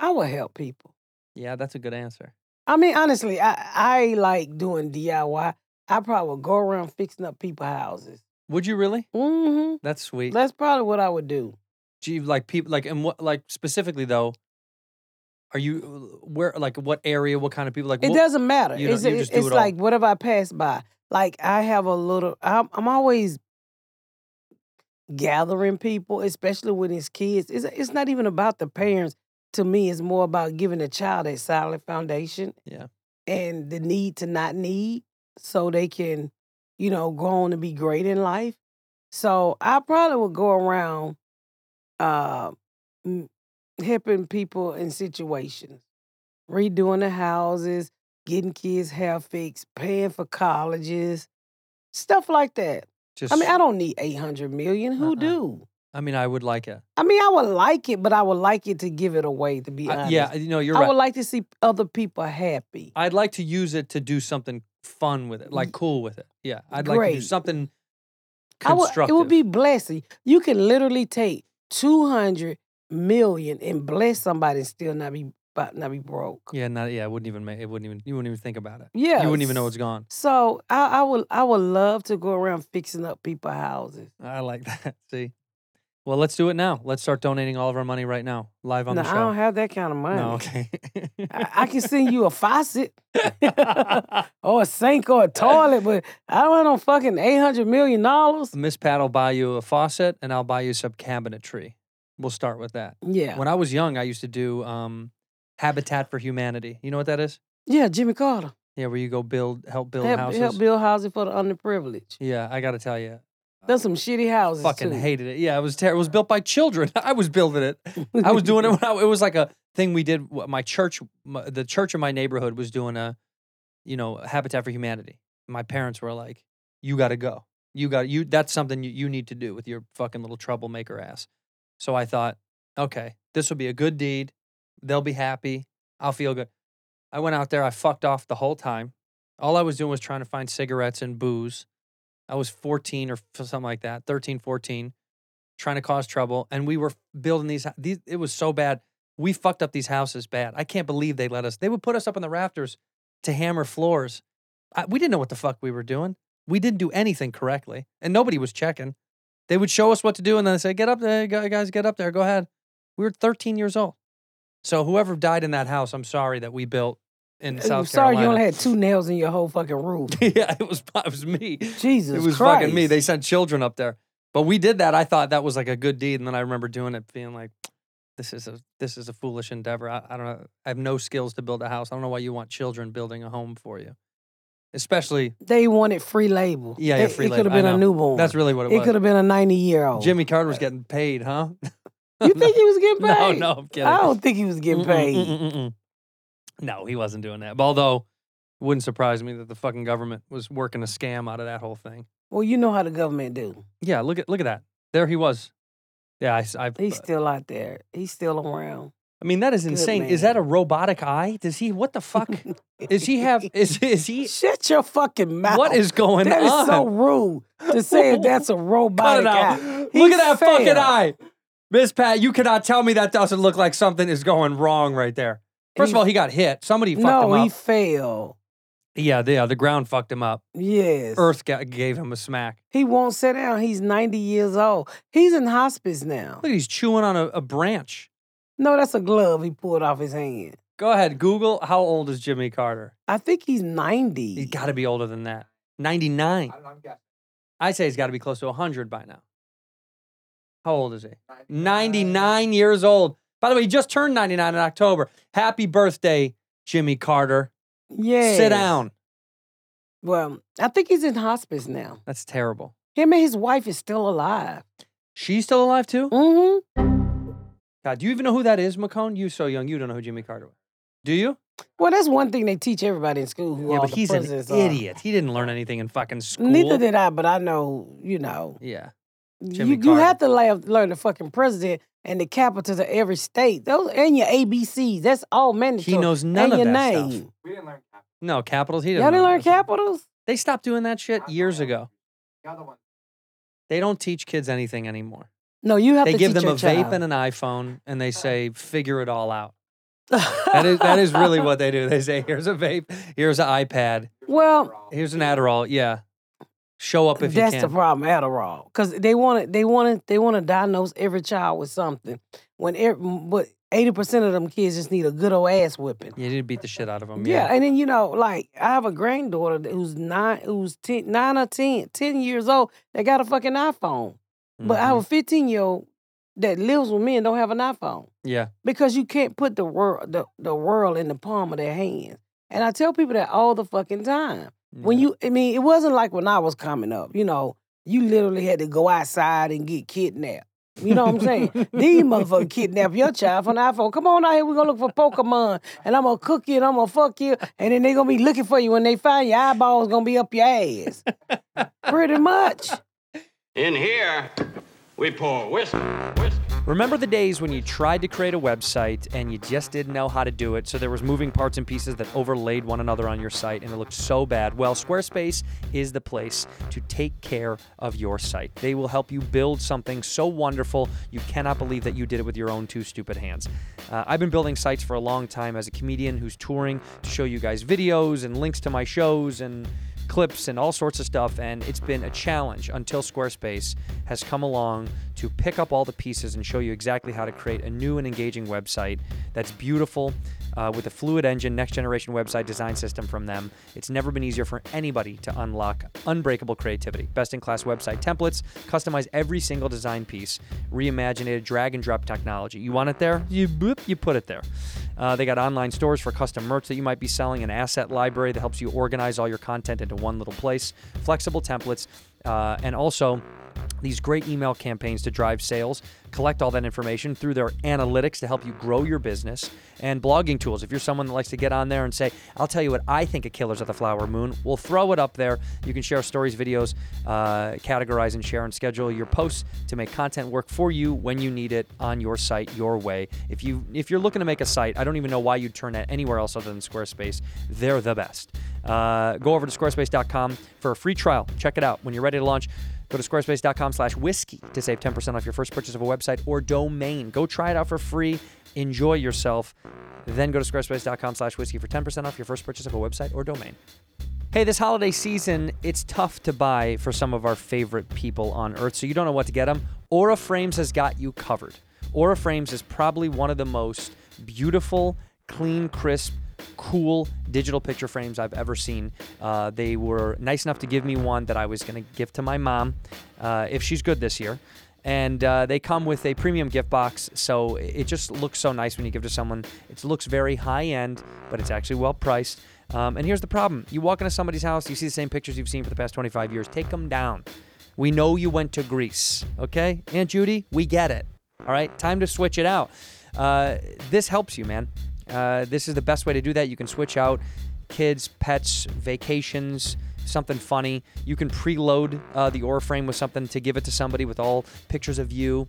S9: I will help people.
S1: yeah that's a good answer
S9: I mean, honestly, I I like doing DIY. I probably would go around fixing up people's houses.
S1: would you really
S9: Mm-hmm.
S1: that's sweet
S9: That's probably what I would do.
S1: Gee, like people like and what like specifically though are you where like what area what kind of people like
S9: It
S1: what-
S9: doesn't matter.
S1: you don't-
S9: it's
S1: you just do
S9: it's
S1: it all.
S9: like whatever I pass by. Like I have a little. I'm, I'm always gathering people, especially when it's kids. It's it's not even about the parents. To me, it's more about giving a child a solid foundation.
S1: Yeah.
S9: And the need to not need, so they can, you know, go on to be great in life. So I probably would go around, uh, m- helping people in situations, redoing the houses, getting kids' hair fixed, paying for colleges, stuff like that.
S1: just
S9: I mean, I don't need 800 million. Who
S1: Uh-uh.
S9: do?
S1: I mean, I would like it.
S9: I mean, I would like it, but I would like it to give it away, to be
S1: I-
S9: honest.
S1: Uh, yeah, you know, you're
S9: I
S1: right. Uh,
S9: would like to see other people happy.
S1: I'd like to use it to do something fun with it, like cool with it. Yeah, I'd like to do
S9: Mm. Great.
S1: something
S9: I would,
S1: constructive.
S9: it would be blessing. You can literally take 200 million and bless somebody and still not be but not be broke.
S1: Yeah, not yeah. It wouldn't even make. It wouldn't even. You wouldn't even think about it.
S9: Yeah.
S1: You wouldn't even know it's gone.
S9: So I, I would I would love to go around fixing up people's houses.
S1: I like that. See, well, let's do it now. Let's start donating all of our money right now, live on
S9: No,
S1: the
S9: I
S1: show.
S9: don't have that kind of money.
S1: no, okay.
S9: I, I can send you a faucet or a sink or a toilet, but I don't have no fucking eight hundred million dollars.
S1: Miss Pat will buy you a faucet, and I'll buy you some cabinetry. We'll start with that.
S9: Yeah,
S1: When I was young, I used to do um, Habitat for Humanity. You know what that is?
S9: yeah, Jimmy Carter
S1: Yeah, where you go build, help build
S9: help,
S1: houses.
S9: help build houses for the underprivileged.
S1: Yeah, I got to tell you,
S9: There's some shitty houses.
S1: fucking
S9: too.
S1: hated it. Yeah, it was terrible. It was built by children. I was building it. I was doing it. When I, it was like a thing we did. wh- My church, my, the church in my neighborhood, was doing a, you know, Habitat for Humanity. My parents were like, "You got to go. You got you. That's something you, you need to do with your fucking little troublemaker ass." So I thought, okay, this will be a good deed. They'll be happy. I'll feel good. I went out there. I fucked off the whole time. All I was doing was trying to find cigarettes and booze. I was 14 or f- something like that, 13, 14, trying to cause trouble. And we were f- building these, hou- these, it was so bad. We fucked up these houses bad. I can't believe they let us. They would put us up on the rafters to hammer floors. I, we didn't know what the fuck we were doing. We didn't do anything correctly, and nobody was checking. They would show us what to do, and then they say, "Get up there, gu- guys. Get up there. Go ahead." We were 13 years old. So whoever died in that house, I'm sorry that we built in
S9: I'm
S1: South
S9: Uh, sorry,
S1: Carolina.
S9: you only had two nails in your whole fucking roof.
S1: yeah, it was it was me.
S9: Jesus,
S1: It was
S9: Christ.
S1: fucking me. They sent children up there. But we did that. I thought that was like a good deed, and then I remember doing it, being like, "This is a this is a foolish endeavor. I, I don't know. I have no skills to build a house. I don't know why you want children building a home for you, especially
S9: they wanted free label.
S1: yeah, yeah
S9: It-
S1: free
S9: It
S1: labor.
S9: could have
S1: I
S9: been a
S1: know.
S9: newborn.
S1: That's really what it,
S9: it
S1: was.
S9: could have been a ninety year old.
S1: Jimmy Carter was getting paid, huh?
S9: you think he was getting
S1: No,
S9: paid?
S1: no, I'm kidding.
S9: I don't think he was getting
S1: Mm-mm,
S9: paid.
S1: mm-mm, mm-mm. No, he wasn't doing that. But although, it wouldn't surprise me that the fucking government was working a scam out of that whole thing.
S9: Well, you know how the government do.
S1: Yeah, look at look at that. There he was. Yeah, I, s- I-
S9: He's still out there. He's still around.
S1: I mean, that is insane. Is
S9: man.
S1: that a robotic eye? Does he? What the fuck? is he have? Is is he?
S9: Shut your fucking mouth.
S1: What is going
S9: That is so
S1: on?
S9: rude to say if that's a
S1: Cut
S9: robotic
S1: it out.
S9: eye. He
S1: Look at that fucking
S9: failed.
S1: eye, Miss Pat. You cannot tell me that doesn't look like something is going wrong right there. First of
S9: He-
S1: all, he got hit. Somebody fucked
S9: No,
S1: him
S9: he
S1: up.
S9: failed.
S1: yeah, yeah, the ground fucked him up.
S9: Yes.
S1: Earth ga- gave him a smack.
S9: He won't sit down. He's 90 years old. He's in hospice now.
S1: Look, he's chewing on a, a branch.
S9: No, that's a glove he pulled off his hand.
S1: Go ahead, Google how old is Jimmy Carter?
S9: I think he's 90.
S1: He's got to be older than that. 99. I say he's got to be close to 100 by now. How old is he? 99 years old. By the way, he just turned 99 in October. Happy birthday, Jimmy Carter.
S9: yeah.
S1: Sit down.
S9: Well, I think he's in hospice now.
S1: That's terrible.
S9: Him and his wife is still alive.
S1: She's still alive too?
S9: Mm-hmm.
S1: God, do you even know who that is, McCone? You so young, you don't know who Jimmy Carter was. Do you?
S9: Well, that's one thing they teach everybody in school. Who
S1: yeah,
S9: all
S1: but
S9: the
S1: he's an
S9: presidents are.
S1: idiot. He didn't learn anything in fucking school.
S9: Neither did I, but I know, you know,
S1: Yeah. Jimmy
S9: you, you have
S1: Carter.
S9: to la- learn the fucking president and the capitals of every state. Those and your ABCs. That's all mandatory.
S1: knows none
S9: and
S1: of
S9: your
S1: that stuff.
S9: name.
S1: No, capitals. He doesn't.
S9: Y'all didn't
S1: know
S9: learn
S1: that stuff.
S9: capitals?
S1: They stopped doing that shit years ago. They don't teach kids anything anymore.
S9: No, you have
S1: They
S9: to
S1: give
S9: teach
S1: them
S9: your
S1: a vape
S9: child.
S1: and an iPhone, and they say, "Figure it all out." That is that is really what they do. They say, "Here's a vape. Here's an iPad.
S9: well,
S1: Here's an Adderall." Yeah, show up if
S9: that's
S1: you
S9: the
S1: can.
S9: problem, Adderall, because they want to they want to they want to diagnose every child with something. When ev- but eighty percent of them kids just need a good old ass whipping.
S1: you need to beat the shit out of them.
S9: Yeah.
S1: Mm, Yeah,
S9: and then you know, like I have a granddaughter that- who's nine, who's ten, nine or 10, 10 years old. That got a fucking iPhone, but I
S1: Mhm.
S9: have a fifteen year old that lives with me and don't have an iPhone.
S1: yeah.
S9: because you can't put the world the, the world in the palm of their hands. And I tell people that all the fucking time. When you I mean, it wasn't like when I was coming up, you know, you literally had to go outside and get kidnapped. You know what I'm saying? These motherfuckers kidnap your child from the iPhone. Come on out here, we're gonna look for Pokemon and I'm gonna cook you and I'm gonna fuck you. And then they gonna be looking for you when they find your eyeballs gonna be up your ass. Pretty much.
S2: In here, we pour whiskey, whiskey.
S1: Remember the days when you tried to create a website and you just didn't know how to do it, so there was moving parts and pieces that overlaid one another on your site and it looked so bad. Well, Squarespace is the place to take care of your site. They will help you build something so wonderful you cannot believe that you did it with your own two stupid hands. Uh, I've been building sites for a long time as a comedian who's touring to show you guys videos and links to my shows and clips and all sorts of stuff and it's been a challenge until Squarespace has come along to pick up all the pieces and show you exactly how to create a new and engaging website that's beautiful uh, with a fluid engine next generation website design system from them it's never been easier for anybody to unlock unbreakable creativity best in class website templates customize every single design piece reimagine it drag and drop technology you want it there you boop, you put it there uh, they got online stores for custom merch that you might be selling, an asset library that helps you organize all your content into one little place, flexible templates, uh, and also these great email campaigns to drive sales. Collect all that information through their analytics to help you grow your business and blogging tools. If you're someone that likes to get on there and say, I'll tell you what I think of Killers of the Flower Moon, we'll throw it up there. You can share stories, videos, uh, categorize and share and schedule your posts to make content work for you when you need it on your site your way. If you if you're looking to make a site, I don't even know why you'd turn that anywhere else other than Squarespace. They're the best. Uh, go over to squarespace.com for a free trial. Check it out. When you're ready to launch, go to squarespace.com slash whiskey to save 10% off your first purchase of a website or domain. Go try it out for free. Enjoy yourself. Then go to squarespace.com slash whiskey for 10% off your first purchase of a website or domain. Hey, this holiday season, it's tough to buy for some of our favorite people on earth, so you don't know what to get them. Aura Frames has got you covered. Aura Frames is probably one of the most beautiful, clean, crisp, cool digital picture frames I've ever seen. Uh, they were nice enough to give me one that I was going to give to my mom uh, if she's good this year and uh, they come with a premium gift box so it just looks so nice when you give to someone it looks very high end but it's actually well priced um, and here's the problem you walk into somebody's house you see the same pictures you've seen for the past 25 years take them down we know you went to greece okay aunt judy we get it all right time to switch it out uh, this helps you man uh, this is the best way to do that you can switch out kids, pets, vacations, something funny. You can preload uh, the aura frame with something to give it to somebody with all pictures of you.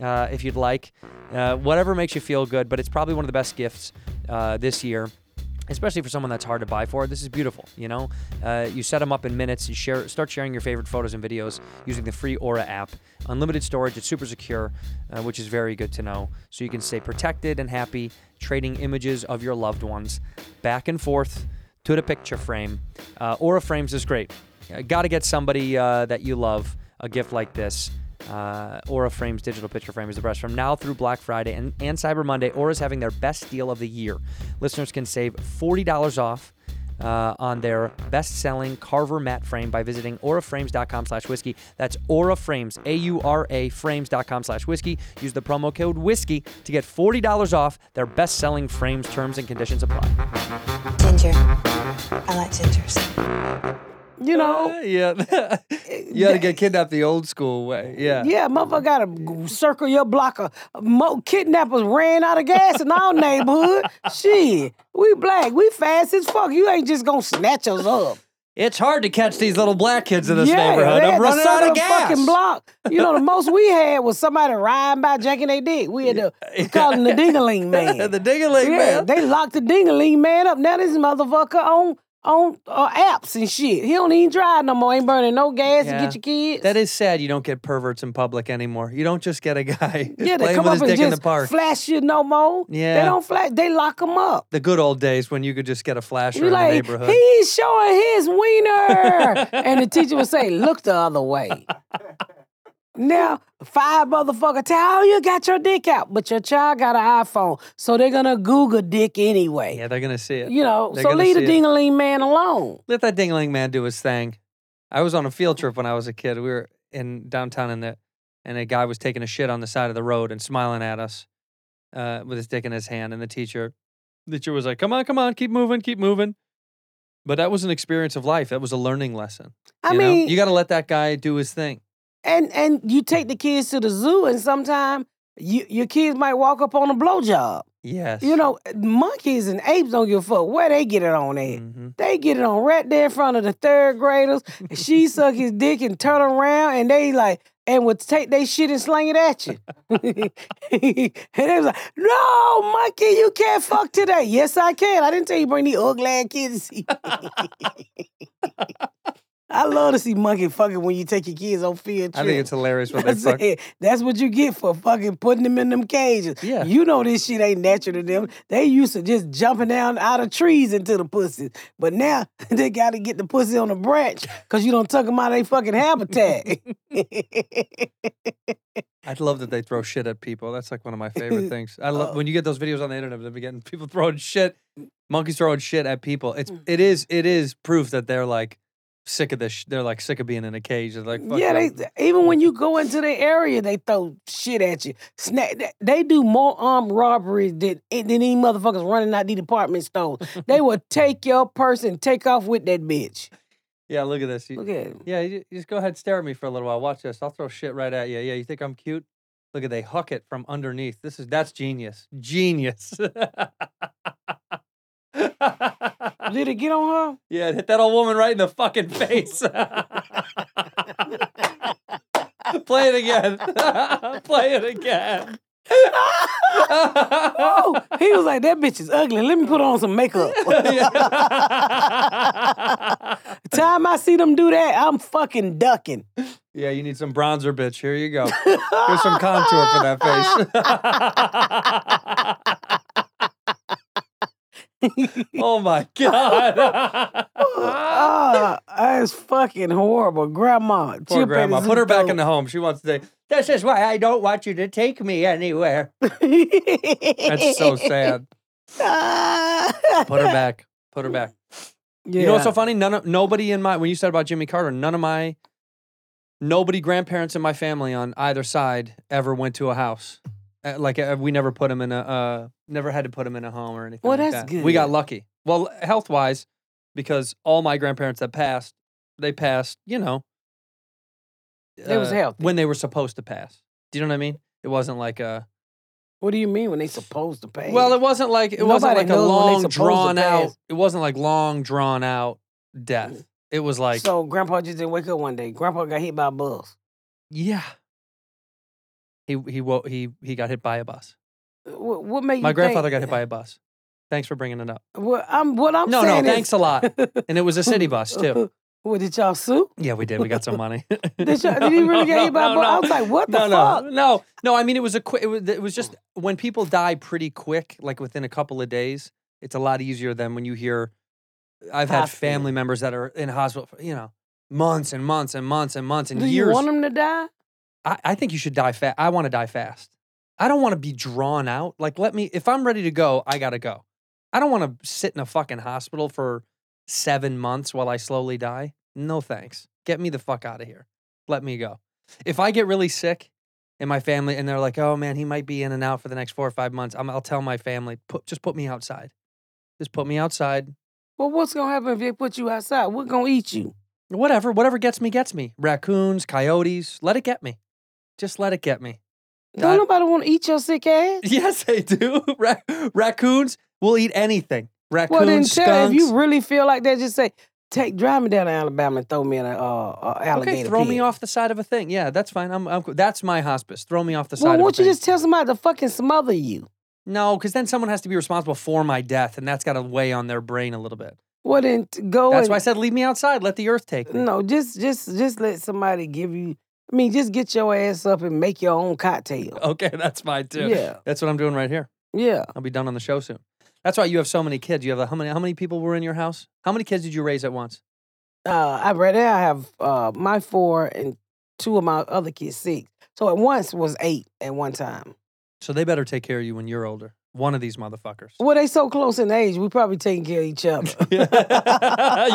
S1: uh, if you'd like. Uh, whatever makes you feel good, but it's probably one of the best gifts uh, this year. Especially for someone that's hard to buy for, this is beautiful. You know, uh, you set them up in minutes. You share, start sharing your favorite photos and videos using the free Aura app. Unlimited storage, it's super secure, uh, which is very good to know. So you can stay protected and happy, trading images of your loved ones back and forth to the picture frame. Uh, Aura frames is great. Got to get somebody uh, that you love a gift like this. Uh, Aura Frames digital picture frame is the best. From now through Black Friday and, and Cyber Monday, Aura is having their best deal of the year. Listeners can save $40 off uh, on their best-selling Carver mat frame by visiting auraframes.com slash whiskey. That's auraframes, A-U-R-A, frames.com slash whiskey. Use the promo code whiskey to get $40 off their best-selling frames. Terms and conditions apply.
S8: Ginger. I like gingers.
S9: You know,
S1: yeah. you had to get kidnapped the old school way. Yeah.
S9: yeah, motherfucker got to circle your blocker. Mo- kidnappers ran out of gas in our neighborhood. Shit, we black, we fast as fuck. You ain't just gonna snatch us up.
S1: It's hard to catch these little black kids in this neighborhood.
S9: they had
S1: I'm
S9: to
S1: running
S9: circle
S1: out of
S9: the
S1: gas.
S9: Fucking block. You know, the most we had was somebody riding by jacking their dick. We had to we called him the dingaling man.
S1: the ding-a-ling
S9: yeah,
S1: man.
S9: They locked the dingaling man up. Now this motherfucker on on uh, apps and shit. He don't even drive no more. Ain't burning no gas
S1: Yeah.
S9: to get your kids.
S1: That is sad. You don't get perverts in public anymore. You don't just get a guy
S9: yeah, they
S1: playing
S9: come
S1: with his
S9: up and
S1: dick in the
S9: just
S1: park.
S9: flash you no more.
S1: Yeah.
S9: they don't flash. They lock them up.
S1: the good old days when you could just get a flasher
S9: You
S1: in the
S9: like
S1: neighborhood.
S9: he's showing his wiener, and the teacher would say, "Look the other way." Now, five motherfucker tell "Oh, you got your dick out, but your child got an iPhone, so they're gonna Google dick anyway.
S1: yeah, they're gonna see it.
S9: You know,
S1: They're
S9: so
S1: gonna
S9: leave the
S1: see it.
S9: dingling man alone.
S1: Let that dingling man do his thing. I was on a
S9: Mm-hmm.
S1: field trip when I was a kid. We were in downtown, and the and a guy was taking a shit on the side of the road and smiling at us uh, with his dick in his hand. And the teacher, the teacher was like, "Come on, come on, keep moving, keep moving." But that was an experience of life. That was a learning lesson.
S9: I
S1: you know?
S9: mean,
S1: you got to let that guy do his thing.
S9: and and you take the kids to the zoo, and sometimes you, your kids might walk up on a blowjob.
S1: Yes,
S9: You know, monkeys and apes don't give a fuck where they get it on at.
S1: Mhm.
S9: They get it on right there in front of the third graders. and she suck his dick and turn around, and they like and would take they shit and sling it at you. and they was like, "No, monkey, you can't fuck today." Yes, I can. I didn't tell you bring these ugly ass kids. to see me." I love to see monkey fucking when you take your kids on field trips.
S1: I think it's hilarious when they
S9: That's,
S1: fuck.
S9: it. That's what you get for fucking putting them in them cages.
S1: Yeah.
S9: You know this shit ain't natural to them. They used to just jumping down out of trees into the pussy. But now they gotta get the pussy on a branch because you don't tuck them out of their fucking habitat.
S1: I'd love that they throw shit at people. That's like one of my favorite things. I
S9: Oh.
S1: love when you get those videos on the internet of them getting people throwing shit,
S9: Mm.
S1: monkeys throwing shit at people. It's it is it is proof that they're like sick of this. Sh- they're like sick of being in a cage. They're like, Fuck
S9: yeah,
S1: them.
S9: they even when you go into the area, they throw shit at you. Sna- they- they do more armed robberies than, eh, than any motherfuckers running out the department store. they will take your purse and take off with that bitch.
S1: yeah. Look at this. You-
S9: Look at it.
S1: yeah, you, you just go ahead and stare at me for a little while. Watch this. I'll throw shit right at you. Yeah, you think I'm cute? Look at they huck it from underneath. This is that's genius. Genius.
S9: Did it get on her?
S1: yeah, it hit that old woman right in the fucking face. Play it again. Play it again.
S9: Oh, he was like, that bitch is ugly. Let me put on some makeup.
S1: yeah.
S9: Time I see them do that, I'm fucking ducking.
S1: Yeah, you need some bronzer, bitch. Here you go. Here's some contour for that face. oh my god.
S9: Oh, that's fucking horrible. Grandma.
S1: Poor grandma. Put her back in the home. She wants to say, This is why I don't want you to take me anywhere. That's so sad. Put her back. Put her back. You know what's so funny? None of nobody in my when you said about Jimmy Carter, none of my nobody grandparents in my family on either side ever went to a house. Uh, Like uh, we never put them in a uh, never had to put them in a home or anything.
S9: Well,
S1: like
S9: that's
S1: that. We got
S9: good.
S1: lucky. Well, health wise, because all my grandparents that passed, they passed. You know, uh,
S9: They was healthy.
S1: when they were supposed to pass. Do you know what I mean? It wasn't like a
S9: What do you mean when they supposed to pay?
S1: well, it wasn't like it wasn't
S9: Nobody
S1: like a
S9: knows when they
S1: long
S9: supposed to
S1: drawn out.
S9: pass. Mm.
S1: It wasn't like long drawn out death. It was like
S9: so grandpa just didn't wake up one day. Grandpa got hit by a bus.
S1: Yeah. He he wo- he he got hit by a bus.
S9: What, what made you
S1: My
S9: think-
S1: grandfather got hit by a bus. Thanks for bringing it up.
S9: Well, I'm what I'm
S1: no, no,
S9: saying.
S1: thanks a lot. And it was a city bus too.
S9: What did y'all sue?
S1: Yeah, we did. We got some money.
S9: Did you- did he really get hit by a bus? I was like, what the
S1: no,
S9: fuck? Oh.
S1: No, no, no. I mean, it was a quick. It was, it was just when people die pretty quick, like within a couple of days. It's a lot easier than when you hear. I've had
S9: Hospital.
S1: family members that are in hospital, for, you know, months and months and months and months and
S9: Do
S1: years.
S9: you want him to die?
S1: I, I think you should die fast. I want to die fast. I don't want to be drawn out. Like, let me, if I'm ready to go, I got to go. I don't want to sit in a fucking hospital for seven months while I slowly die. No thanks. Get me the fuck out of here. Let me go. If I get really sick and my family, and they're like, oh man, he might be in and out for the next four or five months, I'm, I'll tell my family, put, just put me outside. Just put me outside.
S9: Well, what's gonna happen if they put you outside? We're gonna eat you.
S1: Whatever, whatever gets me, gets me. Raccoons, coyotes, let it get me. Just let it get me. That-
S9: Don't nobody want to eat your sick ass.
S1: Yes, they do. Ra- raccoons will eat anything. Raccoons,
S9: Well, then
S1: skunks.
S9: tell if you really feel like that, just say, take drive me down to Alabama and throw me in a uh, uh, alligator.
S1: okay, throw me
S9: pit."
S1: off the side of a thing. Yeah, that's fine. I'm, I'm cool. that's my hospice. Throw me off the side.
S9: Well,
S1: of a
S9: won't you
S1: thing.
S9: just tell somebody to fucking smother you?
S1: no? Because then someone has to be responsible for my death, and that's got to weigh on their brain a little bit.
S9: Well, then t- go.
S1: That's
S9: Oh, and,
S1: why I said, leave me outside. Let the earth take me.
S9: No, just just just let somebody give you. I mean, just get your ass up and make your own cocktail.
S1: Okay, that's fine too.
S9: Yeah.
S1: that's what I'm doing right here.
S9: Yeah,
S1: I'll be done on the show soon. That's why you have so many kids. You have how many? How many people were in your house? How many kids did you raise at once?
S9: uh, I right now I have uh, my four and two of my other kids six. So at once was eight at one time.
S1: So they better take care of you when you're older. One of these motherfuckers.
S9: Well, they so close in age, we probably taking care of each other.
S1: you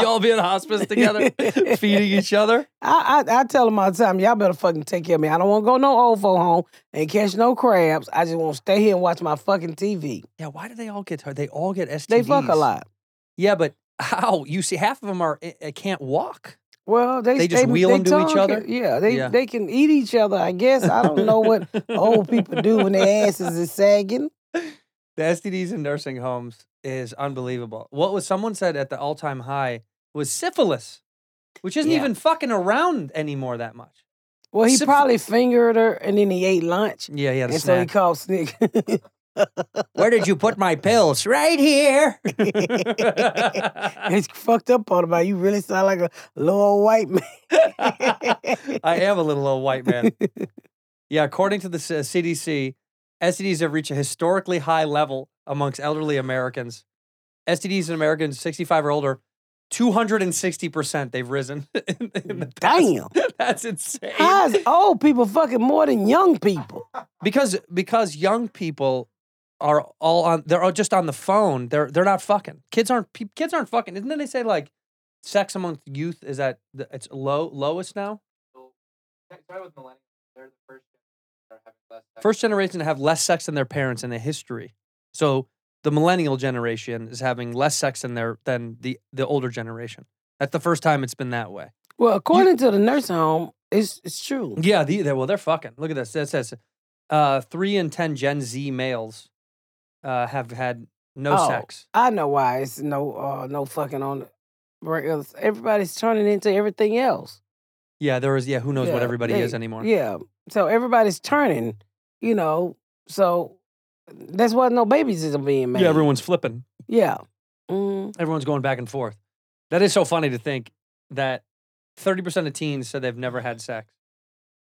S1: all be in hospice together, feeding each other.
S9: I, I I tell them all the time, y'all better fucking take care of me. I don't want to go no old folk home and catch no crabs. I just want to stay here and watch my fucking TV.
S1: Yeah, why do they all get hurt? They all get STDs.
S9: They fuck a lot.
S1: Yeah, but how? You see, half of them are I- I can't walk.
S9: Well, they
S1: They just wheel 'em to each
S9: tongue
S1: other?
S9: can- yeah, they
S1: Yeah.
S9: they can eat each other. I guess I don't know what old people do when their asses is sagging.
S1: The STDs in nursing homes is unbelievable. What was someone said at the all time high was syphilis, which isn't
S9: Yeah.
S1: even fucking around anymore that much.
S9: Well, he
S1: Syph-
S9: probably fingered her and then he ate lunch,
S1: Yeah, yeah.
S9: and so he called Snick.
S1: Where did you put my pills? Right here.
S9: It's fucked up part about it, you really sound like a little white man.
S1: I am a little old white man. Yeah, according to the C- CDC, STDs have reached a historically high level amongst elderly Americans. STDs in Americans 65 or older, 260% they've risen. in- in the past.
S9: Damn,
S1: That's insane.
S9: how is old people fucking more than young people?
S1: Because because young people are all on they're all just on the phone. They're they're not fucking. Kids aren't peop- kids aren't fucking. Isn't it they say like sex amongst youth is at the, it's low lowest now? first generation to have less sex than their parents in the history. So the millennial generation is having less sex than their than the the older generation. That's the first time it's been that way.
S9: Well, according to the nursing home, it's it's true.
S1: Yeah, the, they, well, they're fucking. Look at this. That says uh, three in ten Gen Z males uh, have had no
S9: Oh,
S1: sex.
S9: I know why it's no uh, no fucking on it. Because Everybody's turning into everything else.
S1: Yeah, there is. Yeah, who knows what
S9: Yeah,
S1: everybody
S9: they-
S1: is anymore?
S9: Yeah. So everybody's turning, you know. So that's why no babies is being made.
S1: yeah, everyone's flipping.
S9: Yeah. Mm.
S1: Everyone's going back and forth. That is so funny to think that thirty percent of teens said they've never had sex.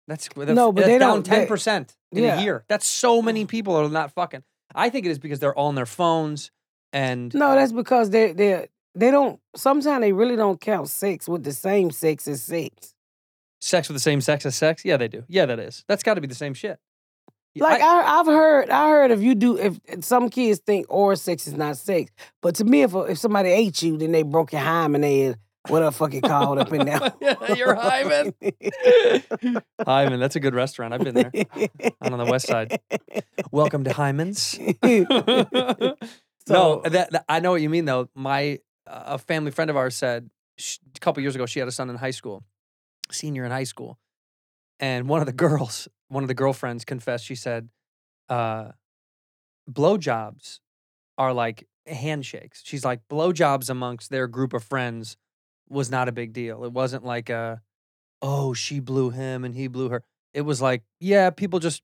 S1: That's, that's
S9: No, but
S1: that's
S9: they
S1: down
S9: don't-
S1: ten
S9: they-
S1: percent in a
S9: Yeah.
S1: year. That's so many people are not fucking. I think it is because they're all on their phones and
S9: No, that's because they they they don't. Sometimes they really don't count sex with the same sex as sex.
S1: sex with the same sex as sex. Yeah, they do. Yeah, that is. That's got to be the same shit. Yeah,
S9: Like I, I've heard, I heard if you do, if if some kids think oral sex is not sex, but to me, if uh, if somebody ate you, then they broke your hymen and what the fuck it called up in there.
S1: Yeah, your hymen. Hyman, that's a good restaurant. I've been there out on the west side. Welcome to Hyman's. no,
S9: So-
S1: that, that- I know what you mean though. My uh, a family friend of ours said sh a couple years ago she had a son in high school, senior in high school, and one of the girls, one of the girlfriends confessed. She said, uh, "Blowjobs are like handshakes." She's like, "Blowjobs amongst their group of friends was not a big deal. It wasn't like a, oh, she blew him and he blew her. It was like, yeah, people just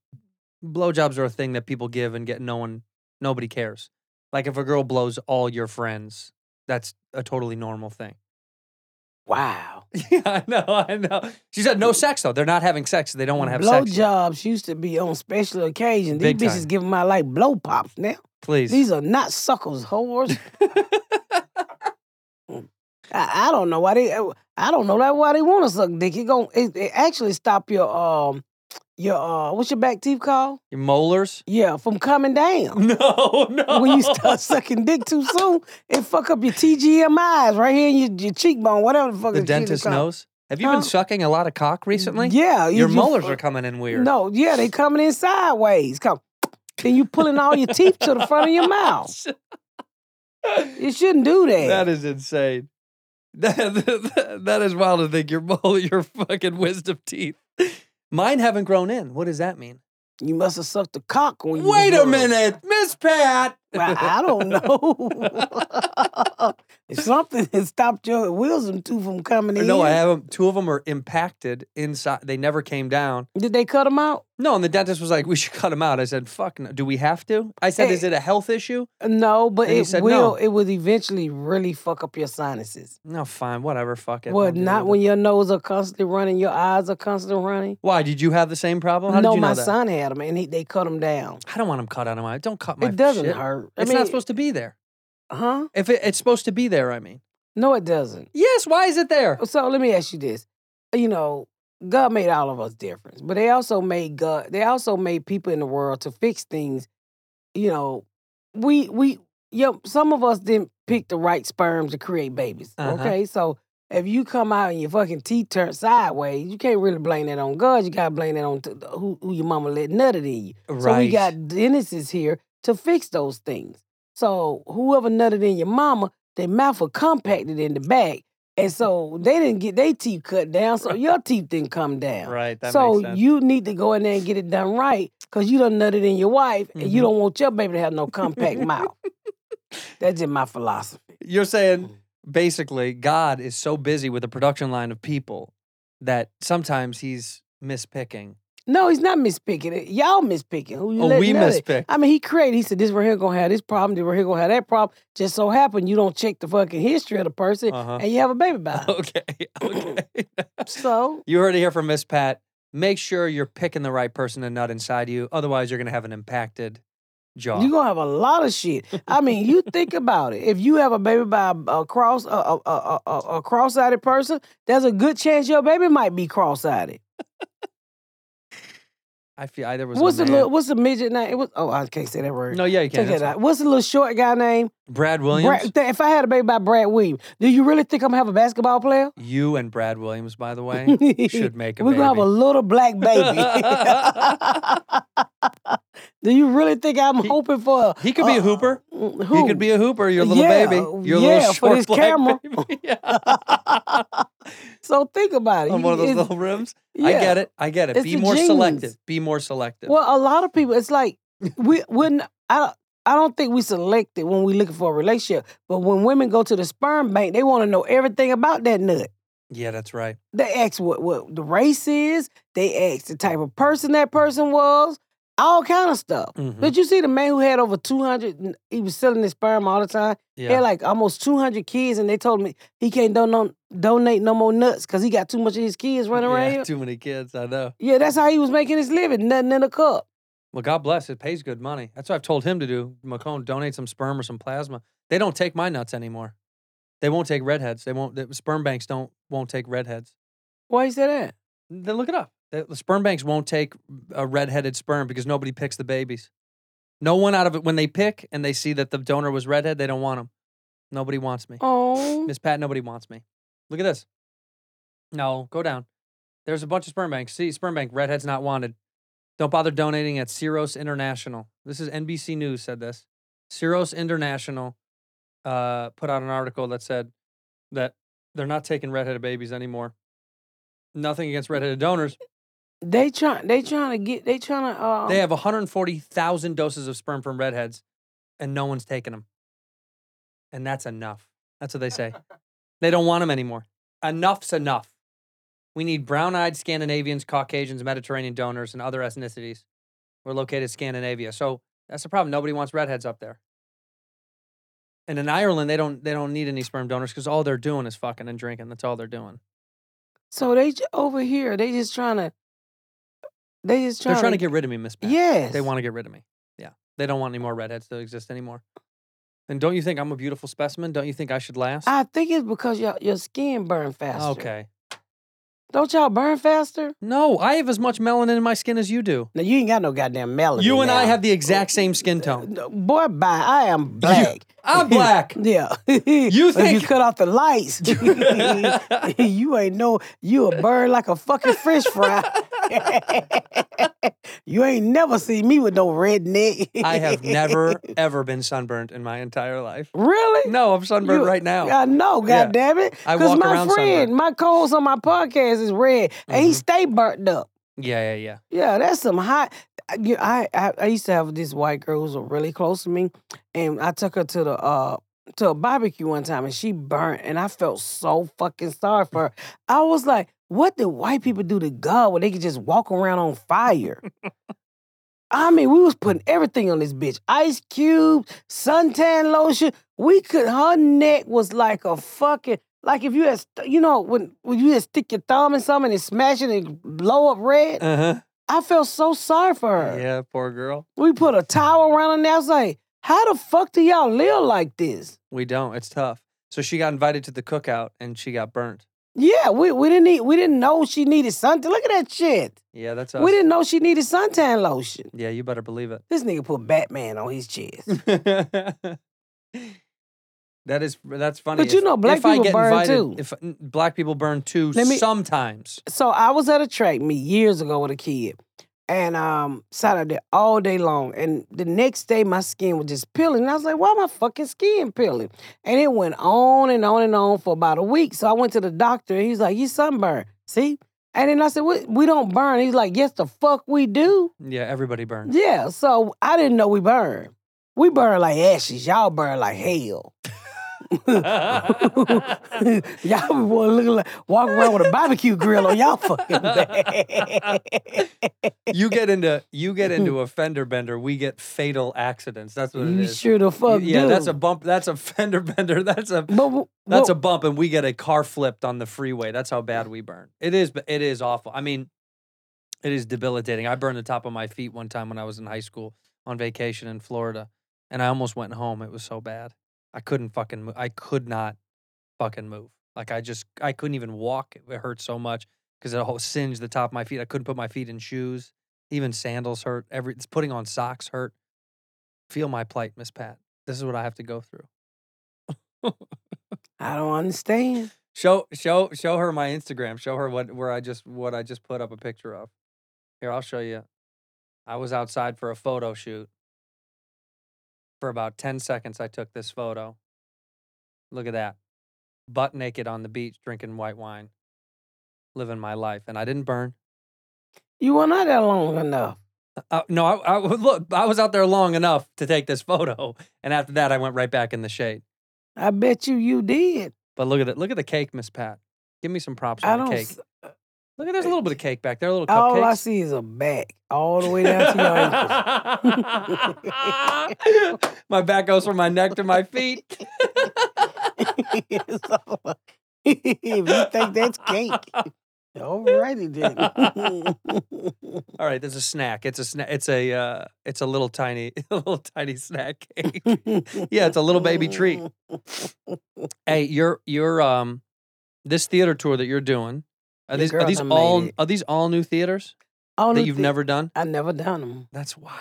S1: blowjobs are a thing that people give and get no one, nobody cares. Like if a girl blows all your friends, that's a totally normal thing.
S9: Wow.
S1: yeah, I know, I know. She said no sex though. They're not having sex. They don't want to have
S9: Blow
S1: sex.
S9: jobs used to be on special occasions. These
S1: Big
S9: bitches
S1: time.
S9: giving my like blow pops now.
S1: Please.
S9: These are not suckers, whores. I, I don't know why they. uh, I don't know that why they want to suck dick. It gon' it, it actually stop your um your uh what's your back teeth called?
S1: Your molars?
S9: Yeah, from coming down.
S1: No, no.
S9: When you start sucking dick too soon, it fuck up your TGMIs right here in your, your cheekbone, whatever the fuck.
S1: the
S9: is cheekbone
S1: dentist
S9: called.
S1: knows. Have you
S9: Huh?
S1: been sucking a lot of cock recently?
S9: Yeah, you-
S1: Your
S9: you
S1: molars
S9: fu-
S1: are coming in weird.
S9: No, yeah, they coming in sideways. Come, then you pulling all your teeth to the front of your mouth. You shouldn't do that.
S1: That is insane. That, that- that is wild to think your mole, your fucking wisdom teeth. Mine haven't grown in. What does that mean?
S9: you must have sucked the cock when Oh, you. was
S1: Wait a
S9: little.
S1: minute, Miss Pat.
S9: Well, I don't know. Something has stopped your Wilson tooth from coming in.
S1: Uh, No, I haven't. Two of them are impacted inside. They never came down.
S9: Did they cut them out?
S1: No, and the dentist was like, "We should cut them out." I said, "Fuck, no. do we have to?" I said,
S9: Hey.
S1: "Is it a health issue?"
S9: No, but
S1: And he
S9: it
S1: said
S9: will.
S1: no.
S9: It would eventually really fuck up your sinuses.
S1: No, fine, whatever. Fuck it. I'll
S9: well,
S1: deal
S9: not
S1: with
S9: when
S1: it.
S9: your nose are constantly running, your eyes are constantly running.
S1: Why did you have the same problem? How
S9: no,
S1: did you know
S9: my
S1: that?
S9: son had them, and he, they cut them down.
S1: I don't want them cut out of my. Don't cut my.
S9: it doesn't
S1: shit.
S9: hurt. I
S1: It's
S9: mean,
S1: not supposed to be there.
S9: huh?
S1: If it, it's supposed to be there, I mean.
S9: No, it doesn't.
S1: Yes. Why is it there?
S9: So let me ask you this: You know, God made all of us different, but they also made God. They also made people in the world to fix things. You know, we we yeah. Some of us didn't pick the right sperms to create babies.
S1: Uh-huh.
S9: Okay, so if you come out and your fucking teeth turn sideways, you can't really blame that on God. You gotta blame that on t- who who your mama let nutted in you. So we
S1: Right.
S9: got dentists here to fix those things. So whoever nutted in your mama, their mouth were compacted in the back. And so they didn't get their teeth cut down, so your teeth didn't come down.
S1: Right. That
S9: so
S1: makes sense.
S9: you need to go in there and get it done right because you done nutted in your wife and you
S1: Mhm.
S9: don't want your baby to have no compact mouth. That's just my philosophy.
S1: You're saying basically God is so busy with a production line of people that sometimes he's mispicking.
S9: No, he's not mispicking it. Y'all mispicking. Who you
S1: Oh,
S9: letting
S1: we
S9: nut it.
S1: mispick.
S9: I mean, he created. He said this right here gonna have this problem. This right here gonna have that problem. Just so happened you don't check the fucking history of the person
S1: Uh-huh.
S9: and you have a baby by it.
S1: Okay. Okay.
S9: so
S1: you heard it here from Miss Pat. Make sure you're picking the right person to nut inside you. Otherwise, you're going to have an impacted jaw.
S9: You're gonna have a lot of shit. I mean, you think about it. If you have a baby by a, a cross a, a, a, a, a cross-eyed person, there's a good chance your baby might be cross-eyed.
S1: I feel either was a
S9: What's the
S1: man.
S9: little, what's the midget name? It was, oh, I can't say that word.
S1: No, yeah, you
S9: Take
S1: can't.
S9: that out. What's the little short guy name?
S1: Brad Williams.
S9: Brad, if I had a baby by Brad Williams, do you really think I'm gonna have a basketball player?
S1: you and Brad Williams, by the way, should make a
S9: We're gonna have
S1: baby.
S9: a little black baby. Do you really think I'm hoping for? uh, mm,
S1: he could be a hooper.
S9: Who?
S1: He could be a hooper, your little
S9: Yeah,
S1: baby. Your
S9: yeah,
S1: little
S9: for
S1: short
S9: this
S1: black
S9: camera.
S1: baby. Yeah.
S9: so think about it.
S1: on one of those
S9: It's-
S1: little rims. I
S9: yeah.
S1: get it. I get it.
S9: It's
S1: Be
S9: the
S1: more
S9: genes.
S1: selective. Be more selective.
S9: Well, a lot of people, it's like we wouldn't. I don't. I don't think we selected when we looking for a relationship. But when women go to the sperm bank, they want to know everything about that nut.
S1: yeah, that's right.
S9: They ask what what the race is. They ask the type of person that person was. All kind of stuff.
S1: Mhm.
S9: But you see the man who had over 200, he was selling his sperm all the time. He
S1: Yeah.
S9: had like almost 200 kids, and they told me he can't don- donate no more nuts because he got too much of his kids running around.
S1: Yeah,
S9: here.
S1: too many kids. I know.
S9: Yeah, that's how he was making his living, nothing in a cup.
S1: Well, God bless. It pays good money. That's what I've told him to do. McCone, donate some sperm or some plasma. They don't take my nuts anymore. They won't take redheads. They won't. The sperm banks don't won't take redheads.
S9: Why he say that?
S1: Then look it up. The, the sperm banks won't take a redheaded sperm because nobody picks the babies. No one out of it when they pick and they see that the donor was redhead, they don't want them. Nobody wants me.
S9: Oh,
S1: Miss Pat, nobody wants me. Look at this. No, go down. There's a bunch of sperm banks. See, sperm bank, redheads not wanted. Don't bother donating at Ciros International. This is NBC News said this. Ciros International uh, put out an article that said that they're not taking redheaded babies anymore. Nothing against redheaded donors.
S9: they trying they trying to get they trying to uh
S1: They have 140,000 doses of sperm from redheads, and no one's taking them. And that's enough. That's what they say. they don't want them anymore. Enough's enough. We need brown eyed Scandinavians, Caucasians, Mediterranean donors, and other ethnicities were located in Scandinavia. So that's the problem. Nobody wants redheads up there. And in Ireland, they don't they don't need any sperm donors because all they're doing is fucking and drinking. That's all they're doing.
S9: So they j- over here, they just trying to. They just trying.
S1: They're trying to get rid of me, Miss Pat.
S9: Yes.
S1: They want to get rid of me. Yeah. They don't want any more redheads to exist anymore. And don't you think I'm a beautiful specimen? Don't you think I should last?
S9: I think it's because your your skin burn faster.
S1: okay.
S9: Don't y'all burn faster?
S1: No, I have as much melanin in my skin as you do.
S9: No, you ain't got no goddamn melanin.
S1: You and I
S9: now.
S1: have the exact same skin tone.
S9: No, Boy, bye. I am black.
S1: I'm black.
S9: yeah. you if
S1: think-
S9: you cut off the lights, you ain't no. You a burn like a fucking French fry. you ain't never seen me with no red neck.
S1: I have never, ever been sunburned in my entire life.
S9: really.
S1: No, I'm sunburned
S9: You-
S1: right now.
S9: I know,
S1: Yeah.
S9: God damn it.
S1: I
S9: Because
S1: walk
S9: my
S1: around Mm-hmm.
S9: friend,
S1: sunburned.
S9: my co-host on my podcast is red, and he stay burnt up.
S1: Yeah, yeah, yeah.
S9: Yeah, that's some hot. I, you- I, I I used to have this white girl who was really close to me, and I took her to the uh to a barbecue one time, and she burnt, and I felt so fucking sorry for her. I was like, what did white people do to God where they could just walk around on fire? I mean, we was putting everything on this bitch. Ice cubes, suntan lotion. We could her neck was like a fucking like if you had st- you know when when you just stick your thumb in something and smash it and blow up red.
S1: Uh
S9: I felt so sorry for
S1: huh.
S9: her.
S1: Yeah, poor girl.
S9: We put a towel around her neck. I was like, how the fuck do y'all live like this?
S1: We don't. It's tough. So she got invited to the cookout and she got burnt.
S9: Yeah, we, we didn't need we didn't know she needed suntan. Look at that shit.
S1: Yeah, that's us.
S9: We didn't know she needed suntan lotion.
S1: Yeah, you better believe it.
S9: This nigga put Batman on his chest.
S1: that is that's funny.
S9: But you
S1: If-
S9: know, black
S1: if I
S9: people
S1: get
S9: burn
S1: invited-
S9: too.
S1: If n- black people burn too,
S9: Let me-
S1: sometimes.
S9: so I was at a track meet years ago with a kid, and um, sat out there all day long. And the next day, my skin was just peeling. And I was like, "Why my fucking skin peeling?" And it went on and on and on for about a week. So I went to the doctor, and he was like, "You sunburned, see?" And then I said, "We, we don't burn." He's like, "Yes, the fuck we do."
S1: Yeah, everybody burns.
S9: Yeah. So I didn't know we burn. We burn like ashes. Y'all burn like hell. y'all want to look like walk around with a barbecue grill on y'all fucking back.
S1: you get into you get into a fender bender. We get fatal accidents. That's what it
S9: you
S1: is.
S9: sure the fuck
S1: yeah,
S9: do.
S1: that's a bump. That's a fender bender. That's a
S9: but, w-
S1: that's a
S9: well,
S1: bump, and we get a car flipped on the freeway. That's how bad we burn. It is. It is awful. I mean, it is debilitating. I burned the top of my feet one time when I was in high school on vacation in Florida, and I almost went home. It was so bad. I couldn't fucking. Move. I could not fucking move. Like I just. I couldn't even walk. It hurt so much because it whole singed the top of my feet. I couldn't put my feet in shoes. Even sandals hurt. Every it's putting on socks hurt. Feel my plight, Miss Pat. This is what I have to go through.
S9: I don't understand.
S1: Show show show her my Instagram. Show her what where I just what I just put up a picture of. Here, I'll show you. I was outside for a photo shoot. For about 10 seconds I took this photo. Look at that. Butt naked on the beach drinking white wine. Living my life and I didn't burn.
S9: You were not that long enough.
S1: Uh, no, I, I look, I was out there long enough to take this photo and after that I went right back in the shade.
S9: I bet you you did.
S1: But look at it. Look at the cake, Miss Pat. Give me some props
S9: I
S1: on
S9: don't.
S1: the cake.
S9: s-
S1: Look at there's a little bit of cake back there, a little cupcakes.
S9: All I see is a back all the way down to your ankles.
S1: my back goes from my neck to my feet.
S9: So, if you think that's cake, alrighty then.
S1: All right, there's a snack. It's a snack. It's a uh, it's a little tiny, a little tiny snack cake. Yeah, it's a little baby treat. Hey, your your um, this theater tour that you're doing. Are
S9: Your
S1: these are
S9: girl
S1: these
S9: done made
S1: all
S9: it.
S1: are these all new theaters
S9: Only
S1: that you've
S9: thi-
S1: never done?
S9: I never done them.
S1: That's wild.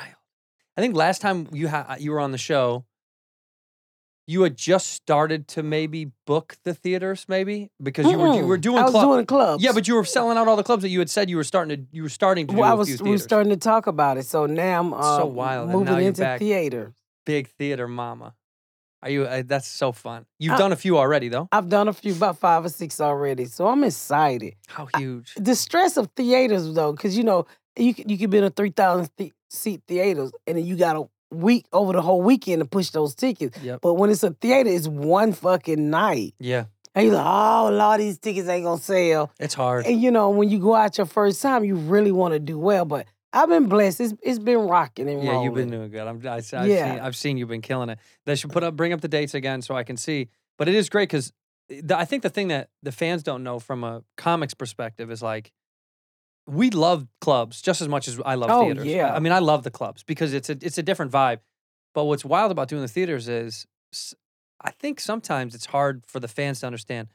S1: I think last time you ha- uh, you were on the show, you had just started to maybe book the theaters, maybe because you were you were doing
S9: I was
S1: club.
S9: doing clubs.
S1: yeah, but you were selling out all the clubs that you had said you were starting to you were starting to do
S9: well, I
S1: a few
S9: was we were
S1: theaters.
S9: starting to talk about it, so now I'm uh,
S1: so wild, and now
S9: moving
S1: you're
S9: into
S1: back.
S9: theater.
S1: Big theater, mama. Are you? Uh, that's so fun. You've
S9: I-
S1: done a few already though.
S9: I've done a few, about five or six already, so I'm excited.
S1: How huge?
S9: The stress of theaters though, because you know you c- you could be in a three thousand th- seat theaters, and then you got a week over the whole weekend to push those tickets.
S1: Yep.
S9: But when it's a theater, it's one fucking night,
S1: Yeah,
S9: and you're like, oh lord, these tickets ain't gonna sell.
S1: it's hard.
S9: And you know, when you go out your first time, you really want to do well, but I've been blessed. It's, it's been rocking and
S1: Yeah,
S9: rolling.
S1: you've been doing good. I'm, I, have seen,
S9: Yeah.
S1: I've seen you've been killing it. They should put up, bring up the dates again so I can see. But it is great because I think eh, the thing that the fans don't know from a comics perspective is like, we love clubs just as much as I love
S9: Oh,
S1: theaters. I-
S9: yeah.
S1: I mean, I love the clubs because it's a it's a different vibe. But what's wild about doing the theaters is, s- I think sometimes it's hard for the fans to understand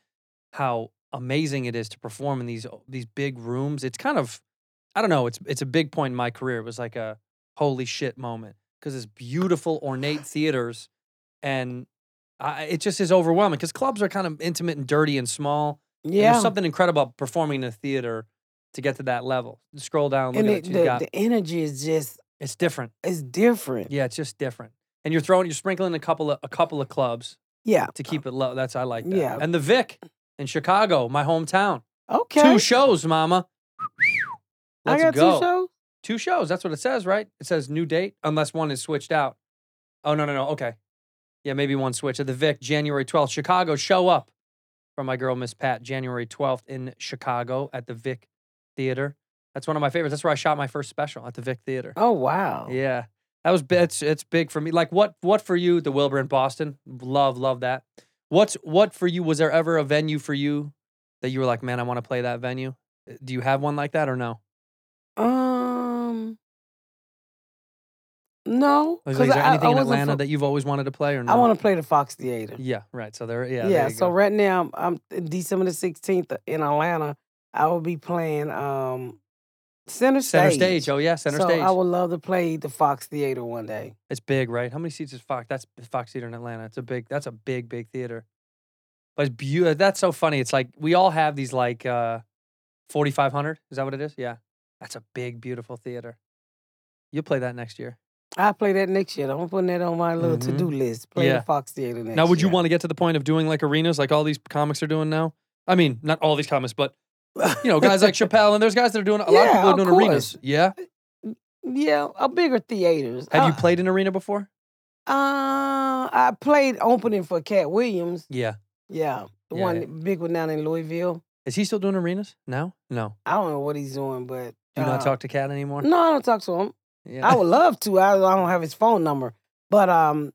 S1: how amazing it is to perform in these these big rooms. It's kind of I don't know. It's it's a big point in my career. It was like a holy shit moment because it's beautiful ornate theaters, and I, it just is overwhelming because clubs are kind of intimate and dirty and small. and
S9: Yeah.
S1: there's something incredible about performing in a theater to get to that level. Scroll down, look
S9: and
S1: at
S9: it,
S1: what you
S9: the,
S1: got.
S9: the energy is just,
S1: it's different.
S9: it's different.
S1: Yeah, it's just different. And you're throwing, you're sprinkling a couple of a couple of clubs
S9: Yeah.
S1: to keep it low. That's I like that.
S9: Uh, Yeah.
S1: And the Vic in Chicago, my hometown.
S9: Okay.
S1: Two shows, mama. Let's
S9: I got
S1: go.
S9: two shows.
S1: Two shows. That's what it says, right? It says new date, unless one is switched out. Oh no, no, no. Okay. Yeah, maybe one switch. At the Vic, January 12th. Chicago, show up from my girl Miss Pat, January 12th in Chicago at the Vic Theater. That's one of my favorites. That's where I shot my first special at the Vic Theater.
S9: Oh, wow.
S1: Yeah. That was bi- it's it's big for me. Like what what for you, the Wilbur in Boston? Love, love that. What's what for you? Was there ever a venue for you that you were like, man, I want to play that venue? Uh, Do you have one like that or no?
S9: Um, no.
S1: Is,
S9: 'cause
S1: is there
S9: I-
S1: anything
S9: I
S1: in
S9: wasn't
S1: Atlanta
S9: fo-
S1: that you've always wanted to play or no?
S9: I want to play the Fox Theater.
S1: Yeah, right. So there yeah.
S9: Yeah.
S1: there you
S9: so
S1: go.
S9: right now, I'm I'm- December the 16th in Atlanta. I will be playing um Center Stage.
S1: center stage. Oh yeah, center
S9: so
S1: stage.
S9: I would love to play the Fox Theater one day.
S1: it's big, right? How many seats is Fox? That's Fox Theater in Atlanta. It's a big that's a big, big theater. But it's beautiful. That's so funny. It's like we all have these like uh 4500. Is that what it is? Yeah. That's a big beautiful theater. You'll play that next year.
S9: I'll play that next year. I'm putting that on my little
S1: Mhm.
S9: to-do list. Play
S1: Yeah.
S9: the Fox Theater next
S1: now would you
S9: year.
S1: want to get to the point of doing like arenas like all these comics are doing now? I mean, not all these comics, but you know, guys like Chappelle and there's guys that are doing a lot of
S9: Yeah,
S1: people are
S9: of
S1: doing arenas. Yeah.
S9: Yeah, a bigger theaters.
S1: Have you
S9: Uh,
S1: played an arena before?
S9: Uh, I played opening for Cat Williams.
S1: Yeah.
S9: Yeah, the
S1: Yeah,
S9: one
S1: yeah.
S9: big one down in Louisville.
S1: Is he still doing arenas now? No.
S9: I don't know what he's doing, but
S1: Do you
S9: uh,
S1: not talk to Cat anymore?
S9: No, I don't talk to him.
S1: Yeah.
S9: I would love to. I, I don't have his phone number, but um,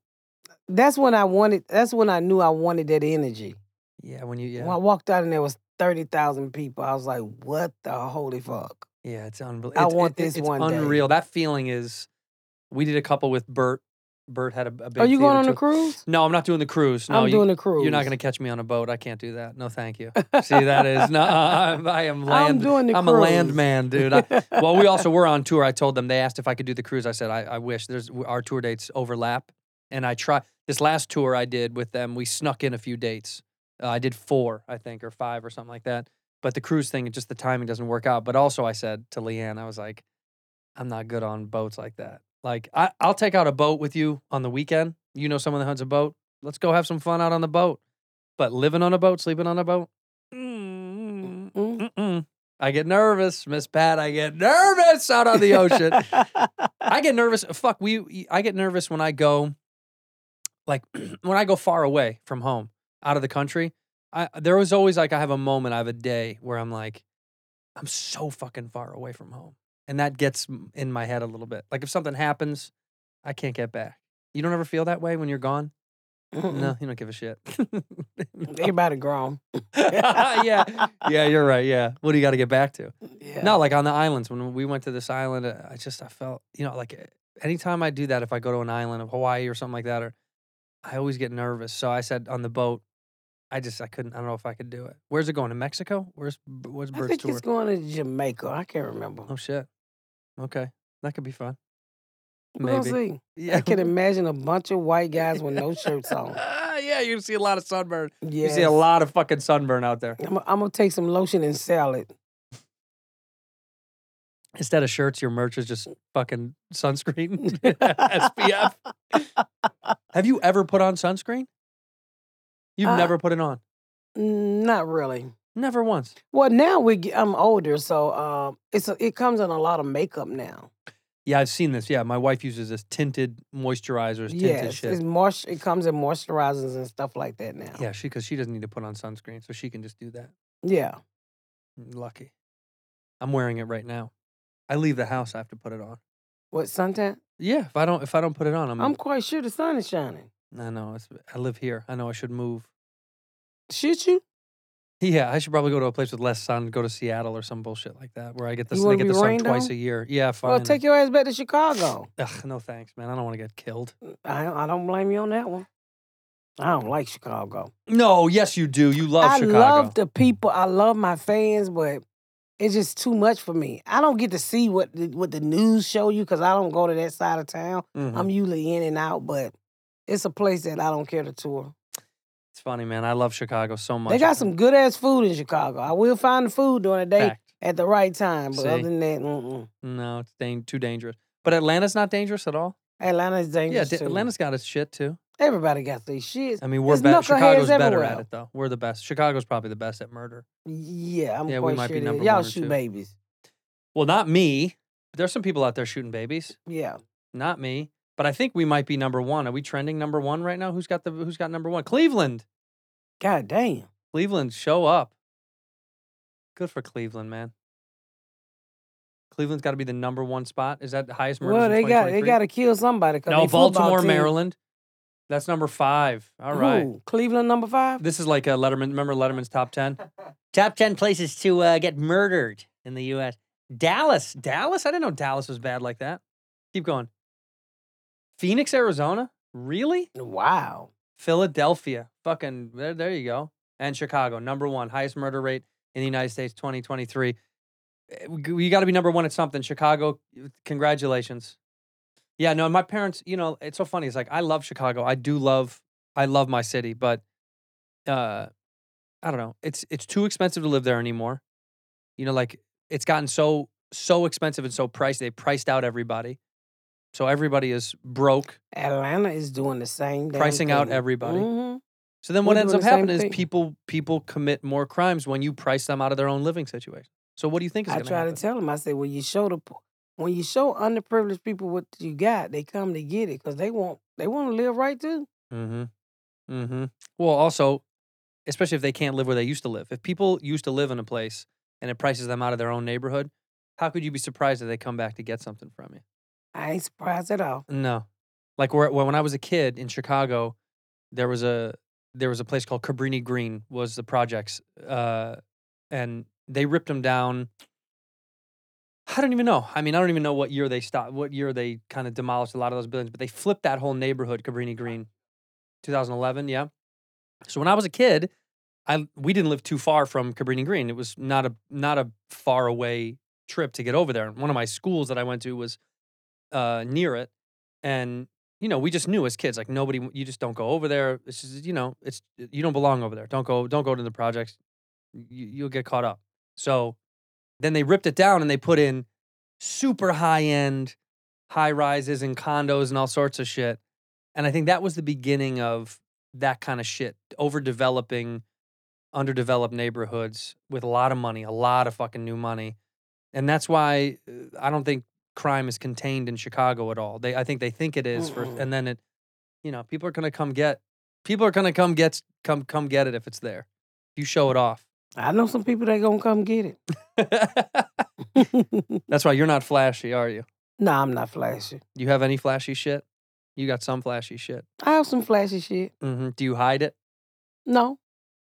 S9: that's when I wanted. That's when I knew I wanted that energy.
S1: yeah, when you yeah.
S9: When I walked out and there was thirty thousand people, I was like, "What the holy fuck?"
S1: Yeah, it's unbelievable.
S9: I want this
S1: it's
S9: one day.
S1: unreal. That feeling is. We did a couple with Bert. Bert had a, a big.
S9: Are you going
S1: theater
S9: on a
S1: tour.
S9: cruise?
S1: No, I'm not doing the cruise. No,
S9: I'm
S1: you,
S9: doing a cruise.
S1: You're not going to catch me on a boat. I can't do that. No, thank you. See, that is no. I'm, I am land.
S9: I'm doing the
S1: I'm a
S9: cruise.
S1: land man, dude. I, well, we also were on tour. I told them they asked if I could do the cruise. I said I, I wish. There's our tour dates overlap, and I try this last tour I did with them. We snuck in a few dates. Uh, I did four, I think, or five, or something like that. But the cruise thing, just the timing doesn't work out. But also, I said to Leanne, I was like, I'm not good on boats like that. Like I, I'll take out a boat with you on the weekend. You know someone that hunts a boat. Let's go have some fun out on the boat. But living on a boat, sleeping on a boat, mm,
S9: Mm.
S1: mm-mm. I get nervous, Miss Pat. I get nervous out on the ocean. I get nervous. Fuck, we. I get nervous when I go, like when I go far away from home, out of the country. I there was always like I have a moment, I have a day where I'm like, I'm so fucking far away from home, and that gets m- in my head a little bit. Like if something happens, I can't get back. You don't ever feel that way when you're gone.
S9: Mm.
S1: No, you don't give a shit.
S9: Everybody grown.
S1: yeah, yeah, you're right. Yeah, what do you got to get back to?
S9: Yeah.
S1: No, like on the islands. When we went to this island, uh, I just I felt you know like uh, anytime I do that, if I go to an island of Hawaii or something like that, or I always get nervous. So I said on the boat, I just I couldn't. I don't know if I could do it. Where's it going to Mexico? Where's B- where's
S9: I
S1: Bird's
S9: think
S1: tour?
S9: it's going to Jamaica. I can't remember.
S1: oh shit. Okay, that could be fun.
S9: We're gonna
S1: Maybe.
S9: see.
S1: Yeah.
S9: I can imagine a bunch of white guys with no shirts on.
S1: yeah, you're gonna see a lot of sunburn.
S9: Yes.
S1: You see a lot of fucking sunburn out there.
S9: I'm, I'm gonna take some lotion and salad.
S1: Instead of shirts, your merch is just fucking sunscreen. SPF. Have you ever put on sunscreen? You've
S9: Uh,
S1: never put it on.
S9: Not really.
S1: Never once.
S9: Well, now we get, I'm older, so um, it's a, it comes in a lot of makeup now.
S1: Yeah, I've seen this. Yeah, my wife uses this tinted moisturizers, tinted
S9: Yes,
S1: shit.
S9: it's moist. It comes in moisturizers and stuff like that now.
S1: Yeah, she because she doesn't need to put on sunscreen, so she can just do that.
S9: Yeah.
S1: Lucky. I'm wearing it right now. I leave the house. I have to put it on.
S9: What suntan?
S1: Yeah, if I don't if I don't put it on, I'm.
S9: I'm quite sure the sun is shining.
S1: I know. It's, I live here. I know. I should move.
S9: Should you?
S1: Yeah, I should probably go to a place with less sun. Go to Seattle or some bullshit like that, where I get the
S9: You
S1: sun, I
S9: wanna
S1: get
S9: be
S1: the sun
S9: rained
S1: twice
S9: on?
S1: a year. Yeah, fine.
S9: Well, take your ass back to Chicago.
S1: Ugh, no thanks, man. I don't want to get killed.
S9: I, I don't blame you on that one. I don't like Chicago.
S1: No, yes, you do. You love
S9: I
S1: Chicago.
S9: love the people. I love my fans, but it's just too much for me. I don't get to see what the, what the news show you because I don't go to that side of town.
S1: Mhm.
S9: I'm usually in and out, but it's a place that I don't care to tour.
S1: It's funny, man. I love Chicago so much.
S9: They got some good ass food in Chicago. I will find the food during the day
S1: Fact.
S9: at the right time, but
S1: See?
S9: other than that, mm-mm.
S1: No, it's dang- too dangerous. But Atlanta's not dangerous at all.
S9: Atlanta's
S1: Yeah,
S9: dangerous.
S1: da-
S9: too.
S1: Atlanta's got its shit too.
S9: Everybody got these shits.
S1: I mean, we're
S9: There's
S1: better.
S9: knuckleheads
S1: Chicago's better
S9: everywhere.
S1: at it though. We're the best. Chicago's probably the best at murder.
S9: Yeah, I'm
S1: Yeah, we
S9: quite
S1: might
S9: sure
S1: be
S9: it is.
S1: number
S9: Y'all
S1: one or
S9: shoot
S1: two.
S9: babies.
S1: Well, not me. There's some people out there shooting babies.
S9: Yeah.
S1: Not me. But I think we might be number one. Are we trending number one right now? Who's got the Who's got number one? Cleveland.
S9: God damn.
S1: Cleveland, show up. Good for Cleveland, man. Cleveland's got to be the number one spot. Is that the highest murder?
S9: Well, they got they got to kill somebody. 'cause
S1: no
S9: they football
S1: Baltimore,
S9: team-
S1: Maryland. That's number five. All right.
S9: Who? Cleveland number five.
S1: This is like a Letterman. Remember Letterman's top ten? top ten places to uh, get murdered in the U.S. Dallas, Dallas. I didn't know Dallas was bad like that. Keep going. Phoenix, Arizona. Really?
S9: Wow.
S1: Philadelphia. Fucking there. There you go. And Chicago, number one, highest murder rate in the United States, 2023. Eh, we- You got to be number one at something. Chicago, congratulations. Yeah, no, my parents. You know, it's so funny. It's like I love Chicago. I do love. I love my city, but uh, I don't know. It's it's too expensive to live there anymore. You know, like it's gotten so so expensive and so priced. They priced out everybody, so everybody is broke.
S9: Atlanta is doing the same. damn
S1: Pricing out
S9: thing.
S1: everybody.
S9: Mhm.
S1: So then
S9: We're
S1: what ends up
S9: doing the same
S1: happening is
S9: thing.
S1: people people commit more crimes when you price them out of their own living situation. So what do you think is
S9: I
S1: going
S9: try to
S1: happen?
S9: tell them. I say, when you show the po- when you show underprivileged people what you got, they come to get it because they want they want to live right too.
S1: mm-hmm. Mm-hmm. Well, also, especially if they can't live where they used to live. If people used to live in a place and it prices them out of their own neighborhood, how could you be surprised that they come back to get something from you?
S9: I ain't surprised at all.
S1: No. Like where, when I was a kid in Chicago, there was a there was a place called Cabrini Green was the projects, uh, and they ripped them down. I don't even know. I mean, I don't even know what year they stopped, what year they kind of demolished a lot of those buildings, but they flipped that whole neighborhood, Cabrini Green, 2011. Yeah. So when I was a kid, I we didn't live too far from Cabrini Green. It was not a not a far away trip to get over there. And one of my schools that I went to was uh, near it, and you know we just knew as kids like nobody you just don't go over there it's just you know it's you don't belong over there don't go don't go to the projects you, you'll get caught up so then they ripped it down and they put in super high end high rises and condos and all sorts of shit and i think that was the beginning of that kind of shit overdeveloping underdeveloped neighborhoods with a lot of money a lot of fucking new money and that's why uh, i don't think crime is contained in Chicago at all. They I think they think it is for
S9: Mm-mm.
S1: and then it you know, people are going to come get people are going to come get come come get it if it's there. If you show it off.
S9: I know some people that gonna come get it.
S1: That's why you're not flashy, are you?
S9: nah, I'm not flashy.
S1: You have any flashy shit? You got some flashy shit.
S9: I have some flashy shit.
S1: hmm Do you hide it?
S9: No,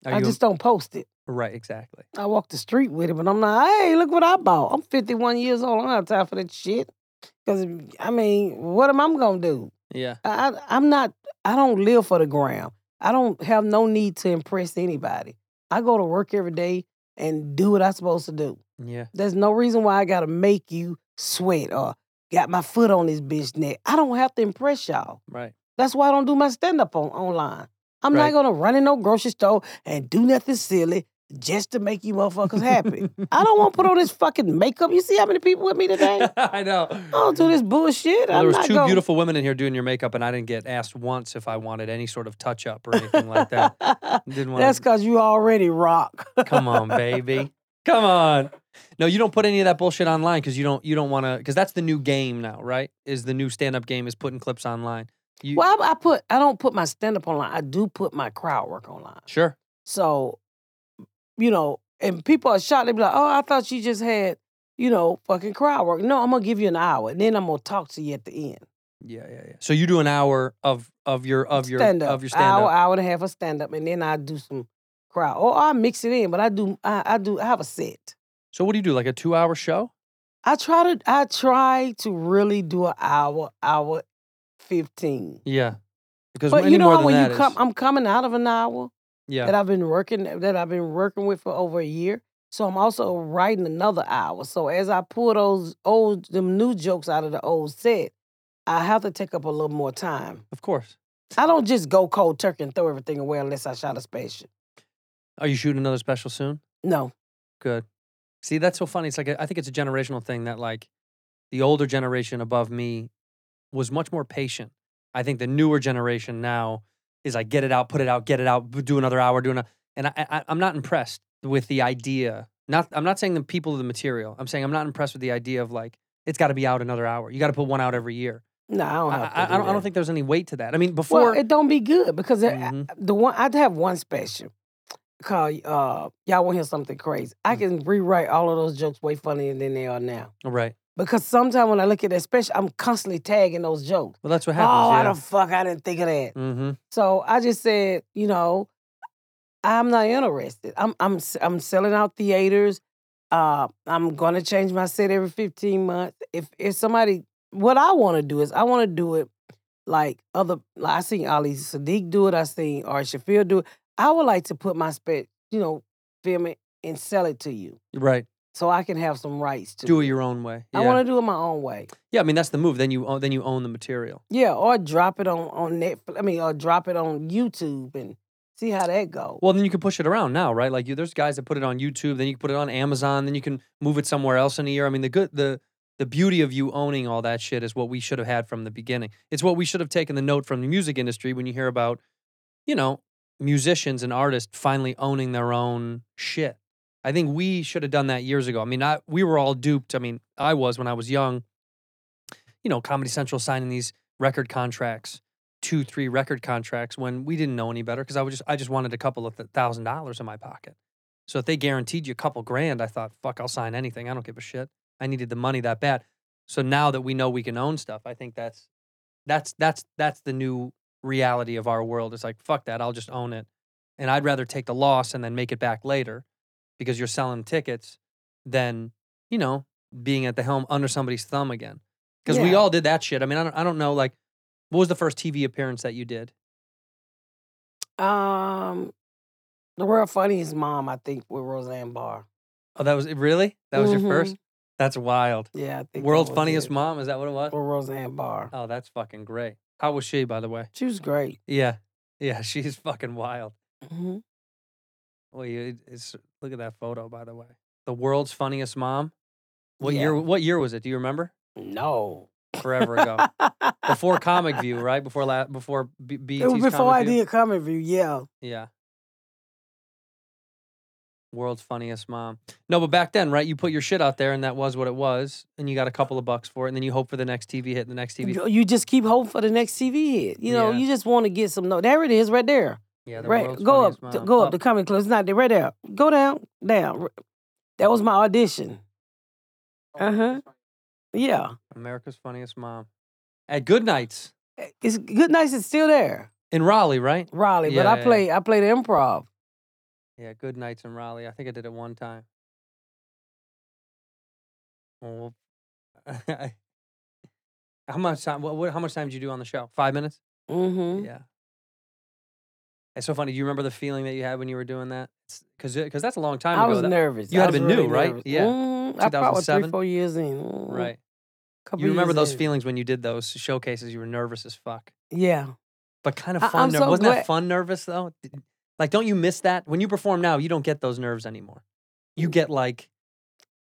S1: Are
S9: I
S1: you
S9: just don't post it.
S1: right exactly?
S9: I walk the street with it, but I'm not, hey, look what I bought. I'm 51 years old. I don't have time for that shit. Because, I mean, what am I going to do?
S1: Yeah.
S9: I, I- I'm not, I don't live for the gram. I don't have no need to impress anybody. I go to work every day and do what I'm supposed to do.
S1: Yeah.
S9: There's no reason why I got to make you sweat or got my foot on this bitch neck. I don't have to impress y'all.
S1: Right.
S9: That's why I don't do my stand up on online. I'm
S1: Right.
S9: not gonna run in no grocery store and do nothing silly just to make you motherfuckers happy. I don't want to put on this fucking makeup. You see how many people with me today? I
S1: I know.
S9: don't do this bullshit.
S1: Well,
S9: I'm
S1: there was
S9: not
S1: 2
S9: gonna-
S1: beautiful women in here doing your makeup, and I didn't get asked once if I wanted any sort of touch up or anything like that. Didn't want.
S9: That's because you already rock.
S1: Come on, baby. Come on. No, you don't put any of that bullshit online because you don't you don't want to because that's the new game now, right? Is the new stand up game is putting clips online. You
S9: well, I, I put I don't put my stand up online. I do put my crowd work online.
S1: sure?
S9: So, you know, and people are shocked. They be like, "Oh, I thought you just had you know, fucking crowd work. No, I'm gonna give you an hour, and then I'm gonna talk to you at the end.
S1: Yeah, yeah, yeah. So you do an hour of of your of your
S9: stand up,
S1: of your stand
S9: hour,
S1: up.
S9: hour and a half of stand up, and then I do some crowd, or I mix it in. But I do, I, I do, I have a set.
S1: So what do you do? Like a two hour show?
S9: I try to, I try to really do an hour, hour fifteen.
S1: Yeah. Because
S9: But
S1: any
S9: you know
S1: more
S9: how
S1: than
S9: when
S1: that
S9: you
S1: is-
S9: come, I'm coming out of an hour
S1: yeah,
S9: that I've been working that I've been working with for over a year. So I'm also writing another hour. So as I pull those old, them new jokes out of the old set, I have to take up a little more time.
S1: of course.
S9: I don't just go cold turkey and throw everything away unless I shot a spaceship.
S1: Are you shooting another special soon?
S9: No,
S1: Good. See, that's so funny. It's like a, I think it's a generational thing that like the older generation above me was much more patient. I think the newer generation now is like get it out, put it out, get it out, b- do another hour, do another. And I, I, I'm not impressed with the idea. Not I'm not saying the people of the material. I'm saying I'm not impressed with the idea of like it's got to be out another hour. You got to put one out every year.
S9: no, I
S1: I,
S9: don't have to.
S1: I, I don't,
S9: do
S1: I
S9: that.
S1: don't think there's any weight to that. I mean, before
S9: Well, it don't be good because it- I-
S1: Mhm.
S9: the one I'd have one special called uh, y'all want to hear something crazy.
S1: Mm.
S9: I can rewrite all of those jokes way funnier than they are now
S1: right.
S9: because sometimes when I look at that special, I'm constantly tagging those jokes.
S1: Well, that's what
S9: oh, why the
S1: happens.
S9: fuck I didn't think of that.
S1: yeah. mm-hmm.
S9: So I just said, you know, I'm not interested. I'm I'm s- I'm selling out theaters. Uh, I'm gonna change my set every 15 months. If if somebody, what I want to do is I want to do it like other. Like I seen Ali Sadiq do it. I seen Ari Shafir do it. I would like to put my spec, you know, film it and sell it to you,
S1: Right.
S9: so I can have some rights to
S1: Do it your own way.
S9: I
S1: Yeah.
S9: want to do it my own way.
S1: Yeah, I mean that's the move. Then you own, then you own the material.
S9: Yeah, or drop it on on Netflix. I mean, or drop it on YouTube and see how that goes.
S1: Well, then you can push it around now, right? Like you, there's guys that put it on YouTube, then you can put it on Amazon, then you can move it somewhere else in a year. I mean, the good the the beauty of you owning all that shit is what we should have had from the beginning. It's what we should have taken the note from the music industry when you hear about, you know, musicians and artists finally owning their own shit. I think we should have done that years ago. I mean, I we were all duped. I mean, I was when I was young. You know, Comedy Central signing these record contracts two, three record contracts when we didn't know any better because I was just I just wanted a couple of th- thousand dollars in my pocket. So if they guaranteed you a couple grand, I thought, fuck, I'll sign anything. I don't give a shit. I needed the money that bad. So now that we know we can own stuff, I think that's that's that's that's the new reality of our world. It's like fuck that, I'll just own it. And I'd rather take the loss and then make it back later because you're selling tickets than, you know, being at the helm under somebody's thumb again. Cuz we
S9: Yeah.
S1: all did that shit. I mean, I don't I don't know like what was the first TV appearance that you did?
S9: Um, the world funniest mom, I think, with Roseanne Barr.
S1: Oh, that was it. Really? That was
S9: Mhm.
S1: your first? That's wild.
S9: Yeah, I think that
S1: World's
S9: was
S1: Funniest
S9: it,
S1: Mom, is that what it was?
S9: with Roseanne Barr.
S1: Oh, that's fucking great. How was she, by the way?
S9: She was great.
S1: Yeah. Yeah, she's fucking wild.
S9: Mhm.
S1: Well, you, it's look at that photo, by the way. The World's Funniest Mom. What
S9: Yeah.
S1: year what year was it? Do you remember?
S9: No,
S1: Forever ago. before Comic View, right? Before la- before B- BET's
S9: It was before I
S1: Comic View?
S9: did Comic View. Yeah,
S1: Yeah. World's funniest mom. No, but back then, right? You put your shit out there, and that was what it was, and you got a couple of bucks for it, and then you hope for the next TV hit, and the next TV.
S9: you, you just keep hoping for the next TV hit. You know,
S1: Yeah.
S9: you just want to get some. No, there it is, right there.
S1: Yeah, the
S9: Right,
S1: world's
S9: go
S1: funniest
S9: up, to-
S1: mom. Oh,
S9: go up. The Comic Club. It's not there. Right there. Go down, down. R- That was my audition.
S1: Oh,
S9: Uh huh. Yeah,
S1: America's funniest mom. At Good Nights
S9: eh, it's Good Nights is still there,
S1: in Raleigh, right?
S9: Raleigh.
S1: Yeah,
S9: but
S1: yeah.
S9: I play, I play the improv.
S1: Yeah, Good Nights in Raleigh. I think I did it one time. Well, how much time? What, what? How much time did you do on the show? Five minutes.
S9: Mm-hmm.
S1: Yeah. It's so funny. Do you remember the feeling that you had when you were doing that? Because because that's a long time
S9: I
S1: ago.
S9: was
S1: that-
S9: nervous.
S1: you
S9: I
S1: had
S9: was
S1: been new,
S9: really
S1: right?
S9: nervous.
S1: Yeah.
S9: Mhm. I probably was
S1: 2007?
S9: three, four years in. Mhm.
S1: Right.
S9: Couple
S1: You remember
S9: years
S1: those
S9: in.
S1: feelings when you did those showcases? You were nervous as fuck,
S9: Yeah.
S1: but kind of
S9: I-
S1: fun.
S9: I'm
S1: ner-
S9: so
S1: Wasn't
S9: glad-
S1: that fun? Nervous though. D- Like, don't you miss that when you perform now? You don't get those nerves anymore. You get like,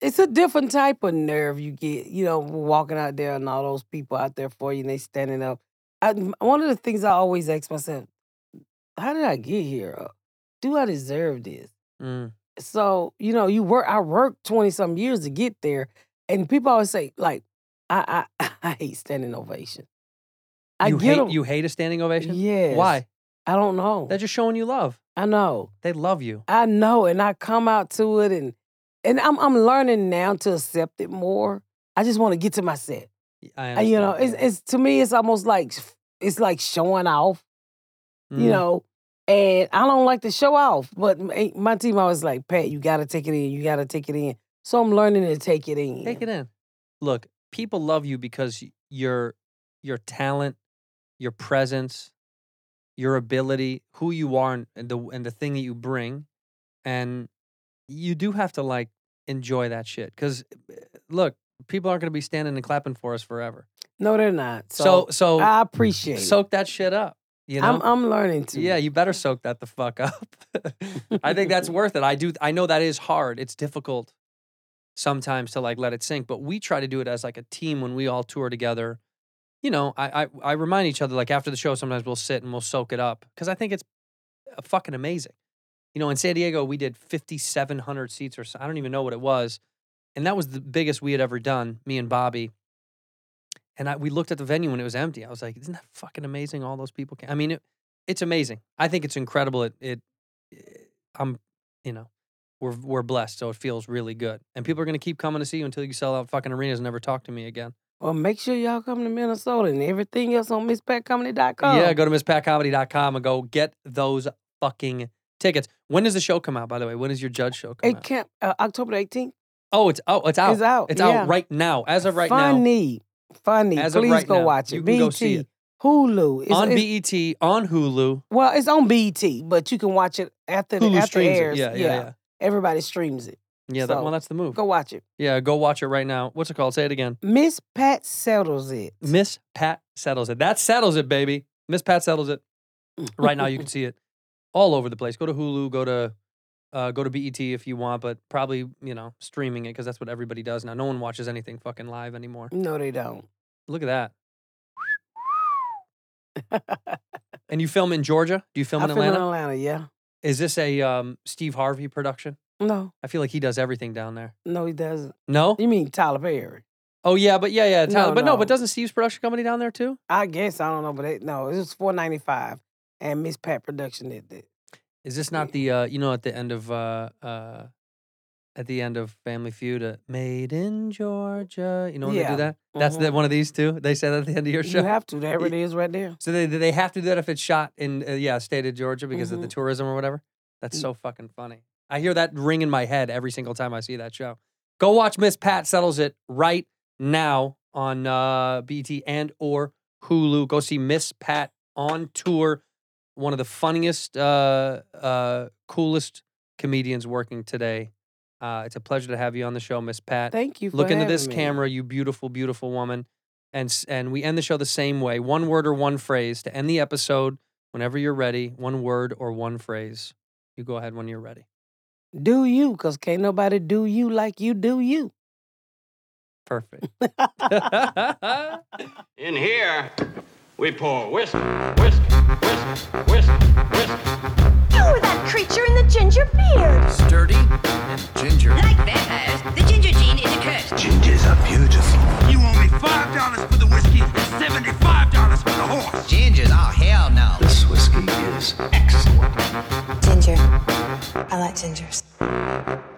S9: It's a different type of nerve you get, you know, walking out there and all those people out there for you and they standing up. I, one of the things I always ask myself, how did I get here? Uh, Do I deserve this?
S1: mm,
S9: so you know you work i worked 20 some years to get there and people always say like i i, I hate standing ovation i
S1: you
S9: get
S1: hate
S9: 'em-
S1: you hate a standing ovation.
S9: Yes.
S1: Why?
S9: i don't know
S1: They're just showing you love.
S9: i know
S1: They love you.
S9: i know and i come out to it and and I'm I'm learning now to accept it more. I just want to get to my set.
S1: I
S9: And, you know,
S1: understand.
S9: it's, it's to me, it's almost like it's like showing off. You
S1: Mm.
S9: know, and I don't like to show off, but my my team always like, Pat, you got to take it in. You got to take it in. So I'm learning to take it in.
S1: Take it in. Look, people love you because y- your your talent, your presence, your ability, who you are, and- and the and the thing that you bring, and you do have to like enjoy that shit. Because look, people aren't going to be standing and clapping for us forever.
S9: No, they're not.
S1: So
S9: So,
S1: so,
S9: I appreciate it.
S1: soak that shit up. You know.
S9: I'm I'm learning to.
S1: yeah, you better soak that the fuck up. I think that's worth it. I do. I know that is hard. It's difficult sometimes to like let it sink, but we try to do it as like a team when we all tour together. You know, I I, I remind each other like after the show sometimes we'll sit and we'll soak it up because I think it's uh, fucking amazing. You know, in San Diego we did fifty seven hundred seats or so, I don't even know what it was, and that was the biggest we had ever done. Me and Bobby. And I, we looked at the venue when it was empty. I was like, "Isn't that fucking amazing? All those people came." I mean, it, it's amazing. I think it's incredible. It, it, it- I'm, you know, we're we're blessed, so it feels really good. And people are gonna keep coming to see you until you sell out fucking arenas and never talk to me again.
S9: Well, make sure y'all come to Minnesota and everything else on MissPatComedy.com.
S1: Yeah, go to misspatcomedy.com and go get those fucking tickets. When does the show come out? By the way, when does your judge show come
S9: It
S1: out?
S9: can't, uh, October 18th.
S1: oh, it's oh, it's out.
S9: It's out,
S1: It's
S9: yeah.
S1: out right now. As of right now,
S9: funny, funny.
S1: As of
S9: Please
S1: right
S9: go
S1: now,
S9: watch it.
S1: you
S9: BT,
S1: can go see it.
S9: Hulu. It's,
S1: on E
S9: it's-
S1: BET, on Hulu,
S9: well, it's on BT, but you can watch it after the
S1: Hulu
S9: after it
S1: streams it.
S9: airs.
S1: Yeah, yeah, yeah.
S9: Everybody streams it.
S1: yeah. That,
S9: So,
S1: well, that's the move.
S9: Go watch it.
S1: Yeah, go watch it right now. What's it called? Say it again.
S9: Miss Pat settles it.
S1: Miss Pat settles it. That settles it, baby. Miss Pat settles it. Right now, you can see it all over the place. Go to Hulu. Go to uh, go to BET if you want, but probably you know streaming it because that's what everybody does now. No one watches anything fucking live anymore.
S9: No, they don't.
S1: Look at that. and you film in Georgia? Do you film
S9: I
S1: in
S9: feel
S1: Atlanta?
S9: in Atlanta. Yeah.
S1: Is this a um, Steve Harvey production?
S9: No,
S1: I feel like he does everything down there.
S9: no, he doesn't.
S1: No?
S9: You mean Tyler Perry?
S1: Oh yeah, but yeah, yeah. Tyler-
S9: No,
S1: but no.
S9: no.
S1: but doesn't Steve's production company down there too?
S9: I guess I don't know, but they, no, it was four ninety five, and Miss Pat Production did that.
S1: Is this not the uh you know at the end of uh uh at the end of Family Feud uh, Made in Georgia. You know when they
S9: Yeah.
S1: do that? That's the,
S9: Mhm.
S1: one of these two. They say that at the end of your show.
S9: You have to. There it is, right there.
S1: so they they have to do that if it's shot in uh, yeah, state of Georgia because of the tourism or whatever. That's so fucking funny. I hear that ring in my head every single time I see that show. Go watch Miss Pat settles it right now on uh BT and or Hulu. Go see Miss Pat on tour. One of the funniest, uh, uh, coolest comedians working today. Uh, it's a pleasure to have you on the show, Miss Pat.
S9: Thank you. For
S1: Look into
S9: having
S1: this
S9: me.
S1: camera, you beautiful, beautiful woman. And s- and we end the show the same way: one word or one phrase to end the episode. Whenever you're ready, one word or one phrase. You go ahead when you're ready.
S9: Do you? Because can't nobody do you like you do you.
S1: Perfect.
S2: In here, we pour whiskey, whiskey, whiskey, whiskey, whiskey.
S3: You were that creature in the ginger beard.
S4: Sturdy and ginger.
S5: Like vampires, the ginger gene is a curse.
S11: Gingers are beautiful.
S7: You owe me five dollars for the whiskey and seventy-five dollars for the horse.
S4: Gingers, oh hell no.
S11: This whiskey is excellent.
S12: Ginger. I like gingers.